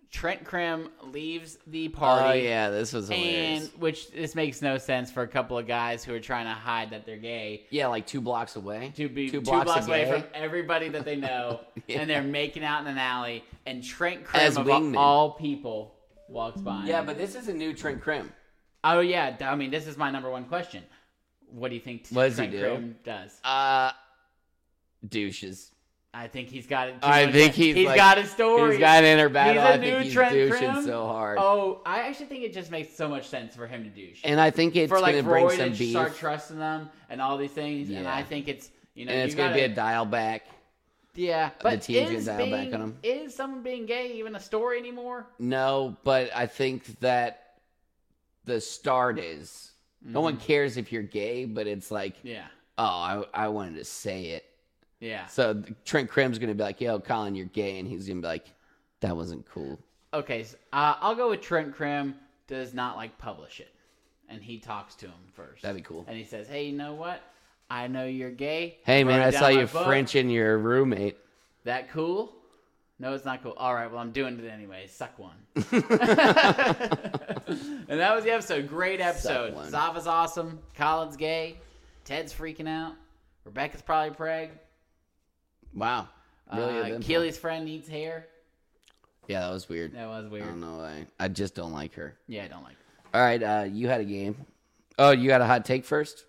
S2: Trent Krim leaves the party.
S1: oh yeah, this was hilarious.
S2: and which this makes no sense for a couple of guys who are trying to hide that they're gay
S1: yeah, like two blocks away.
S2: to be two blocks, away from everybody that they know,
S1: Yeah.
S2: and they're making out in an alley, and Trent Krim
S1: As
S2: of
S1: wingmen.
S2: all people walks by.
S1: Yeah, but this is a new Trent Krim.
S2: oh yeah, I mean this is my number one question. What do you think
S1: What does he
S2: Trent
S1: do?
S2: Krim does?
S1: Uh, douches.
S2: I think he's got it.
S1: I think he's
S2: he's
S1: like-
S2: got his story.
S1: He's got in her battle.
S2: He's a
S1: I
S2: new
S1: think he's
S2: Trent
S1: douching
S2: Krim?
S1: so hard.
S2: oh, I actually think it just makes so much sense for him to douche.
S1: And I think it's
S2: for
S1: gonna
S2: like
S1: bring
S2: Roy
S1: some
S2: to
S1: beef,
S2: start trusting them and all these things, and
S1: Yeah.
S2: I think it's you know
S1: and it's
S2: you
S1: gonna
S2: gotta,
S1: be a dial back.
S2: Yeah, but
S1: TNG
S2: is
S1: dial back
S2: being,
S1: on 'em.
S2: is someone being gay even a story anymore?
S1: No, but I think that the start is no one cares if you're gay, but it's like,
S2: Mm-hmm. Yeah,
S1: oh, I, I wanted to say it.
S2: yeah.
S1: So Trent Krim's gonna be like, yo, Colin, you're gay, and he's gonna be like, that wasn't cool.
S2: Okay, so, uh, I'll go with Trent Krim does not like publish it, and he talks to him first.
S1: That'd be cool.
S2: And he says, "Hey, you know what? I know you're gay.
S1: Hey man,
S2: Wrote
S1: I
S2: down
S1: saw
S2: my
S1: you
S2: book.
S1: Frenching your roommate.
S2: That cool? No, it's not cool. All right, well, I'm doing it anyway. Suck one. and that was the episode. Great episode.
S1: one.
S2: Zava's awesome. Colin's gay. Ted's freaking out. Rebecca's probably preg.
S1: Wow, really?
S2: uh,
S1: eventful.
S2: Keely's friend needs hair.
S1: yeah, that was weird.
S2: That was
S1: I
S2: weird.
S1: don't know. I I just don't like her.
S2: yeah, I don't like.
S1: All right, uh, you had a game. Oh, you had a hot take first.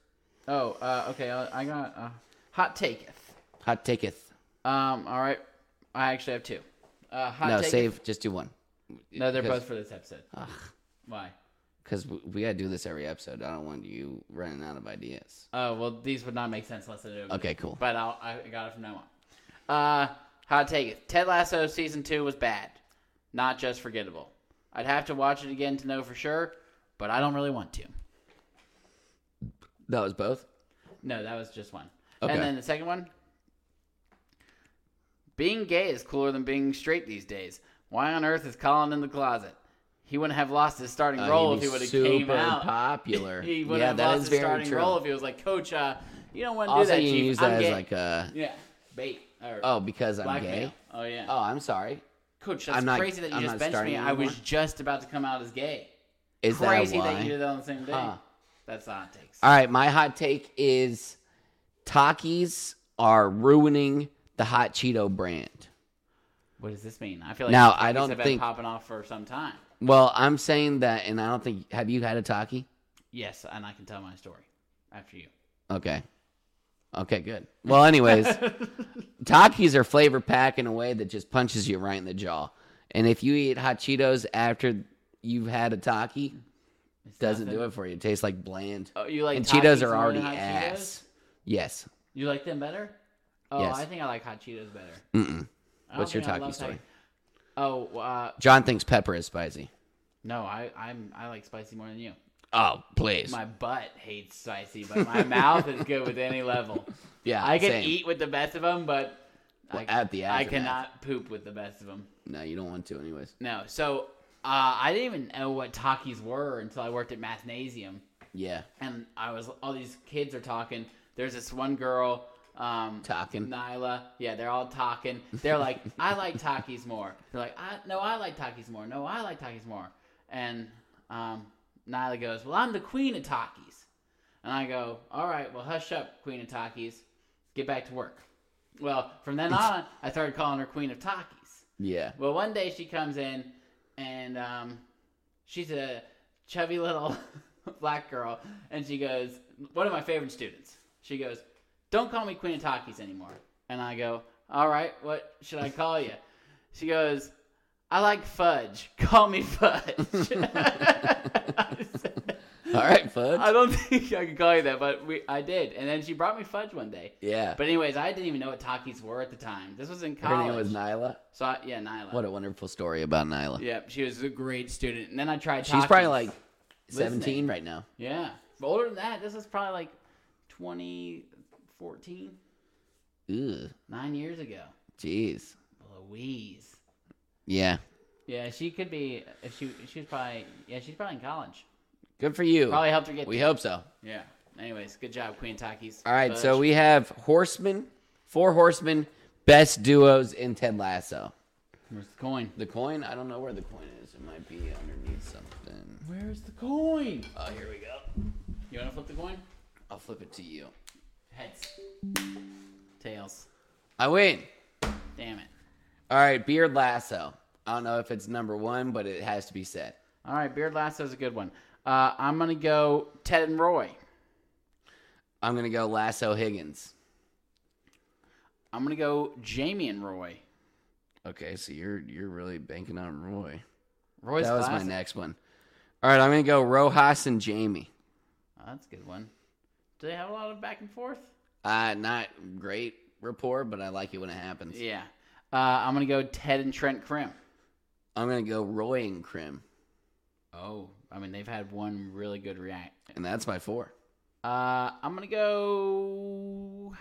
S2: Oh, uh, okay. I I got uh, hot taketh.
S1: Hot taketh.
S2: Um, all right. I actually have two. Uh, hot
S1: no,
S2: taketh-
S1: save. Just do one.
S2: No, they're
S1: because-
S2: both for this episode. Why?
S1: Because we gotta do this every episode. I don't want you running out of ideas.
S2: Oh, well, these would not make sense unless I do. them.
S1: Okay, cool.
S2: But I'll, I got it from now on. Uh, how to take it? Ted Lasso season two was bad, not just forgettable. I'd have to watch it again to know for sure, but I don't really want to.
S1: That was both.
S2: No, that was just one.
S1: Okay.
S2: And then the second one. Being gay is cooler than being straight these days. Why on earth is Colin in the closet? He wouldn't have lost his starting
S1: Uh,
S2: role
S1: he'd
S2: if
S1: be
S2: he would have
S1: super
S2: came out.
S1: popular.
S2: he would
S1: Yeah,
S2: have
S1: that
S2: lost
S1: is
S2: his
S1: very
S2: starting
S1: true.
S2: role if he was like, Coach, uh, you don't want to do
S1: Also,
S2: that,
S1: you
S2: Chief.
S1: use
S2: I'm
S1: that as
S2: gay."
S1: like a
S2: Yeah, bait. Or
S1: oh because I'm
S2: blackmail.
S1: gay.
S2: Oh yeah.
S1: Oh, I'm sorry.
S2: Coach, that's
S1: I'm not-
S2: crazy that you
S1: I'm
S2: just
S1: not
S2: benched me.
S1: starting
S2: I was
S1: anymore.
S2: just about to come out as gay.
S1: Is
S2: crazy
S1: that
S2: that,
S1: why?
S2: you did that on the same day.
S1: Huh.
S2: That's the hot takes.
S1: All right, my hot take is Takis are ruining the hot Cheeto brand.
S2: What does this mean? I feel like
S1: Now,
S2: Takis
S1: I don't
S2: have
S1: think-
S2: been popping off for some time.
S1: Well, I'm saying that, and I don't think. Have you had a Taki?
S2: Yes, and I can tell my story after you.
S1: Okay. Okay, good. Well, anyways, Takis are flavor packed in a way that just punches you right in the jaw. And if you eat hot Cheetos after you've had a Taki,
S2: It's
S1: doesn't
S2: nothing.
S1: do it for you. It tastes like bland.
S2: Oh, you like
S1: and
S2: Takis
S1: Cheetos
S2: more
S1: are already
S2: than hot Cheetos?
S1: ass. Yes.
S2: You like them better? Oh,
S1: Yes.
S2: I think I like hot Cheetos better.
S1: Mm-mm.
S2: I don't
S1: What's your
S2: think I
S1: Takis
S2: love
S1: story?
S2: Takis. Oh uh,
S1: John thinks pepper is spicy.
S2: no, I I'm I like spicy more than you.
S1: Oh, please.
S2: My butt hates spicy, but my mouth is good with any level.
S1: yeah,
S2: I can
S1: same.
S2: eat with the best of them, but
S1: Well,
S2: I,
S1: at the
S2: I
S1: aftermath.
S2: cannot poop with the best of them.
S1: No, you don't want to, anyways.
S2: No, so uh, I didn't even know what Takis were until I worked at Mathnasium,
S1: Yeah,
S2: and I was all these kids are talking. There's this one girl, um,
S1: talking.
S2: Nyla. Yeah, they're all talking. They're like, I like Takis more. They're like, I, no, I like Takis more. No, I like Takis more. And um, Nyla goes, Well, I'm the queen of Takis. And I go, All right, well, hush up, queen of Takis. Get back to work. Well, from then on, I started calling her queen of Takis.
S1: Yeah.
S2: Well, one day she comes in, and um, she's a chubby little black girl, and she goes, one of my favorite students. She goes, "Don't call me Queen of Takis anymore." And I go, "All right, what should I call you?" She goes, "I like fudge. Call me fudge." I said,
S1: All right, fudge.
S2: I don't think I could call you that, but we, I did. And then she brought me fudge one day.
S1: yeah.
S2: But anyways, I didn't even know what Takis were at the time. This was in
S1: Her
S2: college.
S1: name was Nyla.
S2: so I, yeah, Nyla.
S1: What a wonderful story about Nyla.
S2: Yeah, she was a great student. And then I tried.
S1: She's probably
S2: Takis.
S1: like 17
S2: Listening.
S1: right now.
S2: yeah, But older than that. This is probably like 2014,
S1: Ew.
S2: nine years ago.
S1: Jeez.
S2: Louise.
S1: Yeah.
S2: Yeah, she could be. If she she was probably yeah, she's probably in college.
S1: Good for you.
S2: Probably helped her get.
S1: We hope so.
S2: yeah. Anyways, good job, Queen Takis.
S1: All right,
S2: Fudge.
S1: so we have Horsemen, Four Horsemen, Best Duos, and Ted Lasso.
S2: where's the coin?
S1: The coin, I don't know where the coin is. It might be underneath something.
S2: Where's the coin?
S1: Oh, here we go.
S2: You want to flip the coin?
S1: I'll flip it to you.
S2: Heads. Tails.
S1: I win.
S2: Damn it.
S1: All right, Beard Lasso. I don't know if it's number one, but it has to be said.
S2: All right, Beard Lasso's a good one. Uh, I'm gonna go Ted and Roy.
S1: I'm going to go Lasso Higgins.
S2: I'm gonna go Jamie and Roy.
S1: Okay, so you're you're really banking on Roy.
S2: Roy's
S1: that was
S2: classic.
S1: my next one. All right, I'm going to go Rojas and Jamie.
S2: Oh, that's a good one. Do they have a lot of back and forth?
S1: Uh, not great rapport, but I like it when it happens.
S2: Yeah. Uh, I'm gonna go Ted and Trent Krim.
S1: I'm going to go Roy and Krim,
S2: Oh, I mean they've had one really good react.
S1: and that's my four.
S2: Uh, I'm gonna go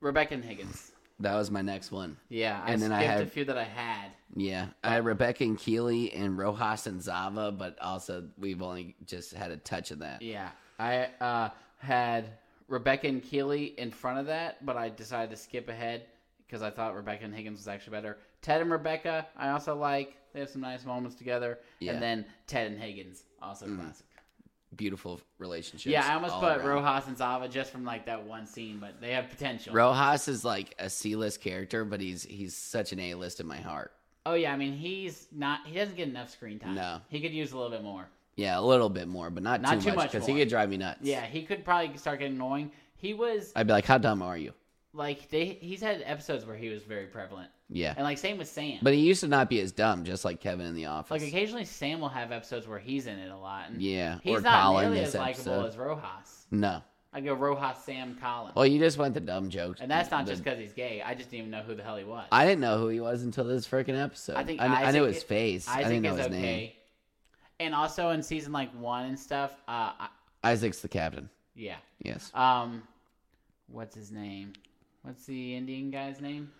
S2: Rebecca and Higgins.
S1: That was my next one.
S2: Yeah, I
S1: And then I
S2: skipped
S1: had-
S2: a few that I had.
S1: Yeah, I had Rebecca and Keely and Rojas and Zava, but also we've only just had a touch of that.
S2: Yeah, I uh, had Rebecca and Keeley in front of that, but I decided to skip ahead because I thought Rebecca and Higgins was actually better. Ted and Rebecca, I also like. They have some nice moments together.
S1: Yeah. Mm.
S2: And then Ted and Higgins, also classic.
S1: Beautiful relationship.
S2: Yeah, I almost put Rojas and Zava just from like that one scene, but they have potential.
S1: Rojas is like a C-list character, but he's he's such an A-list in my heart.
S2: oh yeah, I mean he's not. He doesn't get enough screen time.
S1: No.
S2: he could use a little bit more.
S1: Yeah, a little bit more, but not,
S2: Not too
S1: much
S2: much
S1: because he
S2: more.
S1: could drive me nuts.
S2: Yeah, he could probably start getting annoying. He was
S1: I'd be like, "How dumb are you?"
S2: like they. He's had episodes where he was very prevalent,
S1: Yeah,
S2: and like same with Sam.
S1: but he used to not be as dumb, just like Kevin in the office.
S2: Like occasionally, Sam will have episodes where he's in it a lot, and
S1: yeah,
S2: he's
S1: or
S2: not
S1: Colin
S2: nearly
S1: this
S2: as likable
S1: episode.
S2: as Rojas.
S1: no,
S2: I go Rojas, Sam, Colin,
S1: well, you just went the dumb jokes,
S2: and that's not
S1: the-
S2: just because he's gay. I just didn't even know who the hell he was.
S1: I didn't know who he was until this freaking episode. I
S2: I
S1: think
S2: think
S1: I, kn- I knew
S2: Isaac
S1: his
S2: i-
S1: face. I
S2: Isaac
S1: didn't know
S2: is
S1: his
S2: okay,
S1: name.
S2: and also in season like one and stuff. Uh, I,
S1: Isaac's the captain.
S2: yeah.
S1: Yes.
S2: Um, what's his name? What's the Indian guy's name?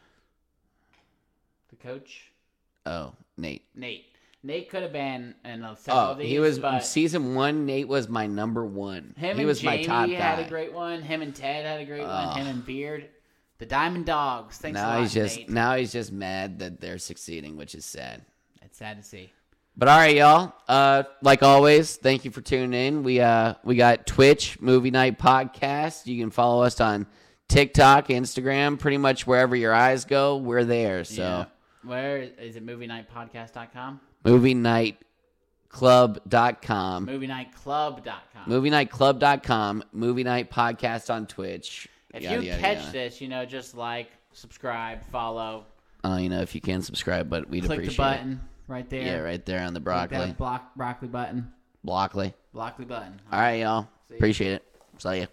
S2: The coach,
S1: Oh, Nate.
S2: Nate. Nate could have been in a several
S1: Oh,
S2: of these.
S1: he was
S2: but
S1: season one. Nate was my number one.
S2: Him
S1: he
S2: and
S1: was
S2: Jamie
S1: my top
S2: had
S1: guy.
S2: a great one. Him and Ted had a great
S1: Ugh.
S2: one. Him and Beard, the Diamond Dogs. Thanks a
S1: now
S2: lot,
S1: he's just
S2: Nate.
S1: now he's just mad that they're succeeding, which is sad.
S2: It's sad to see.
S1: But all right, y'all. Uh, like always, thank you for tuning in. We uh, we got Twitch Movie Night Podcast. You can follow us on TikTok, Instagram, pretty much wherever your eyes go, we're there. So
S2: Yeah. Where is it? MovieNightPodcast.com?
S1: movie night club.com
S2: MovieNightClub.com.
S1: movie night club.com movie night podcast on twitch
S2: If
S1: yada,
S2: you
S1: yada,
S2: catch
S1: yada.
S2: this, you know, just like, subscribe, follow,
S1: uh, you know if you can subscribe but we'd
S2: click
S1: appreciate
S2: the button right there.
S1: it yeah right there on the
S2: Click
S1: broccoli
S2: That block, broccoli button.
S1: broccoli
S2: Broccoli button.
S1: all right y'all
S2: See ya.
S1: appreciate it see ya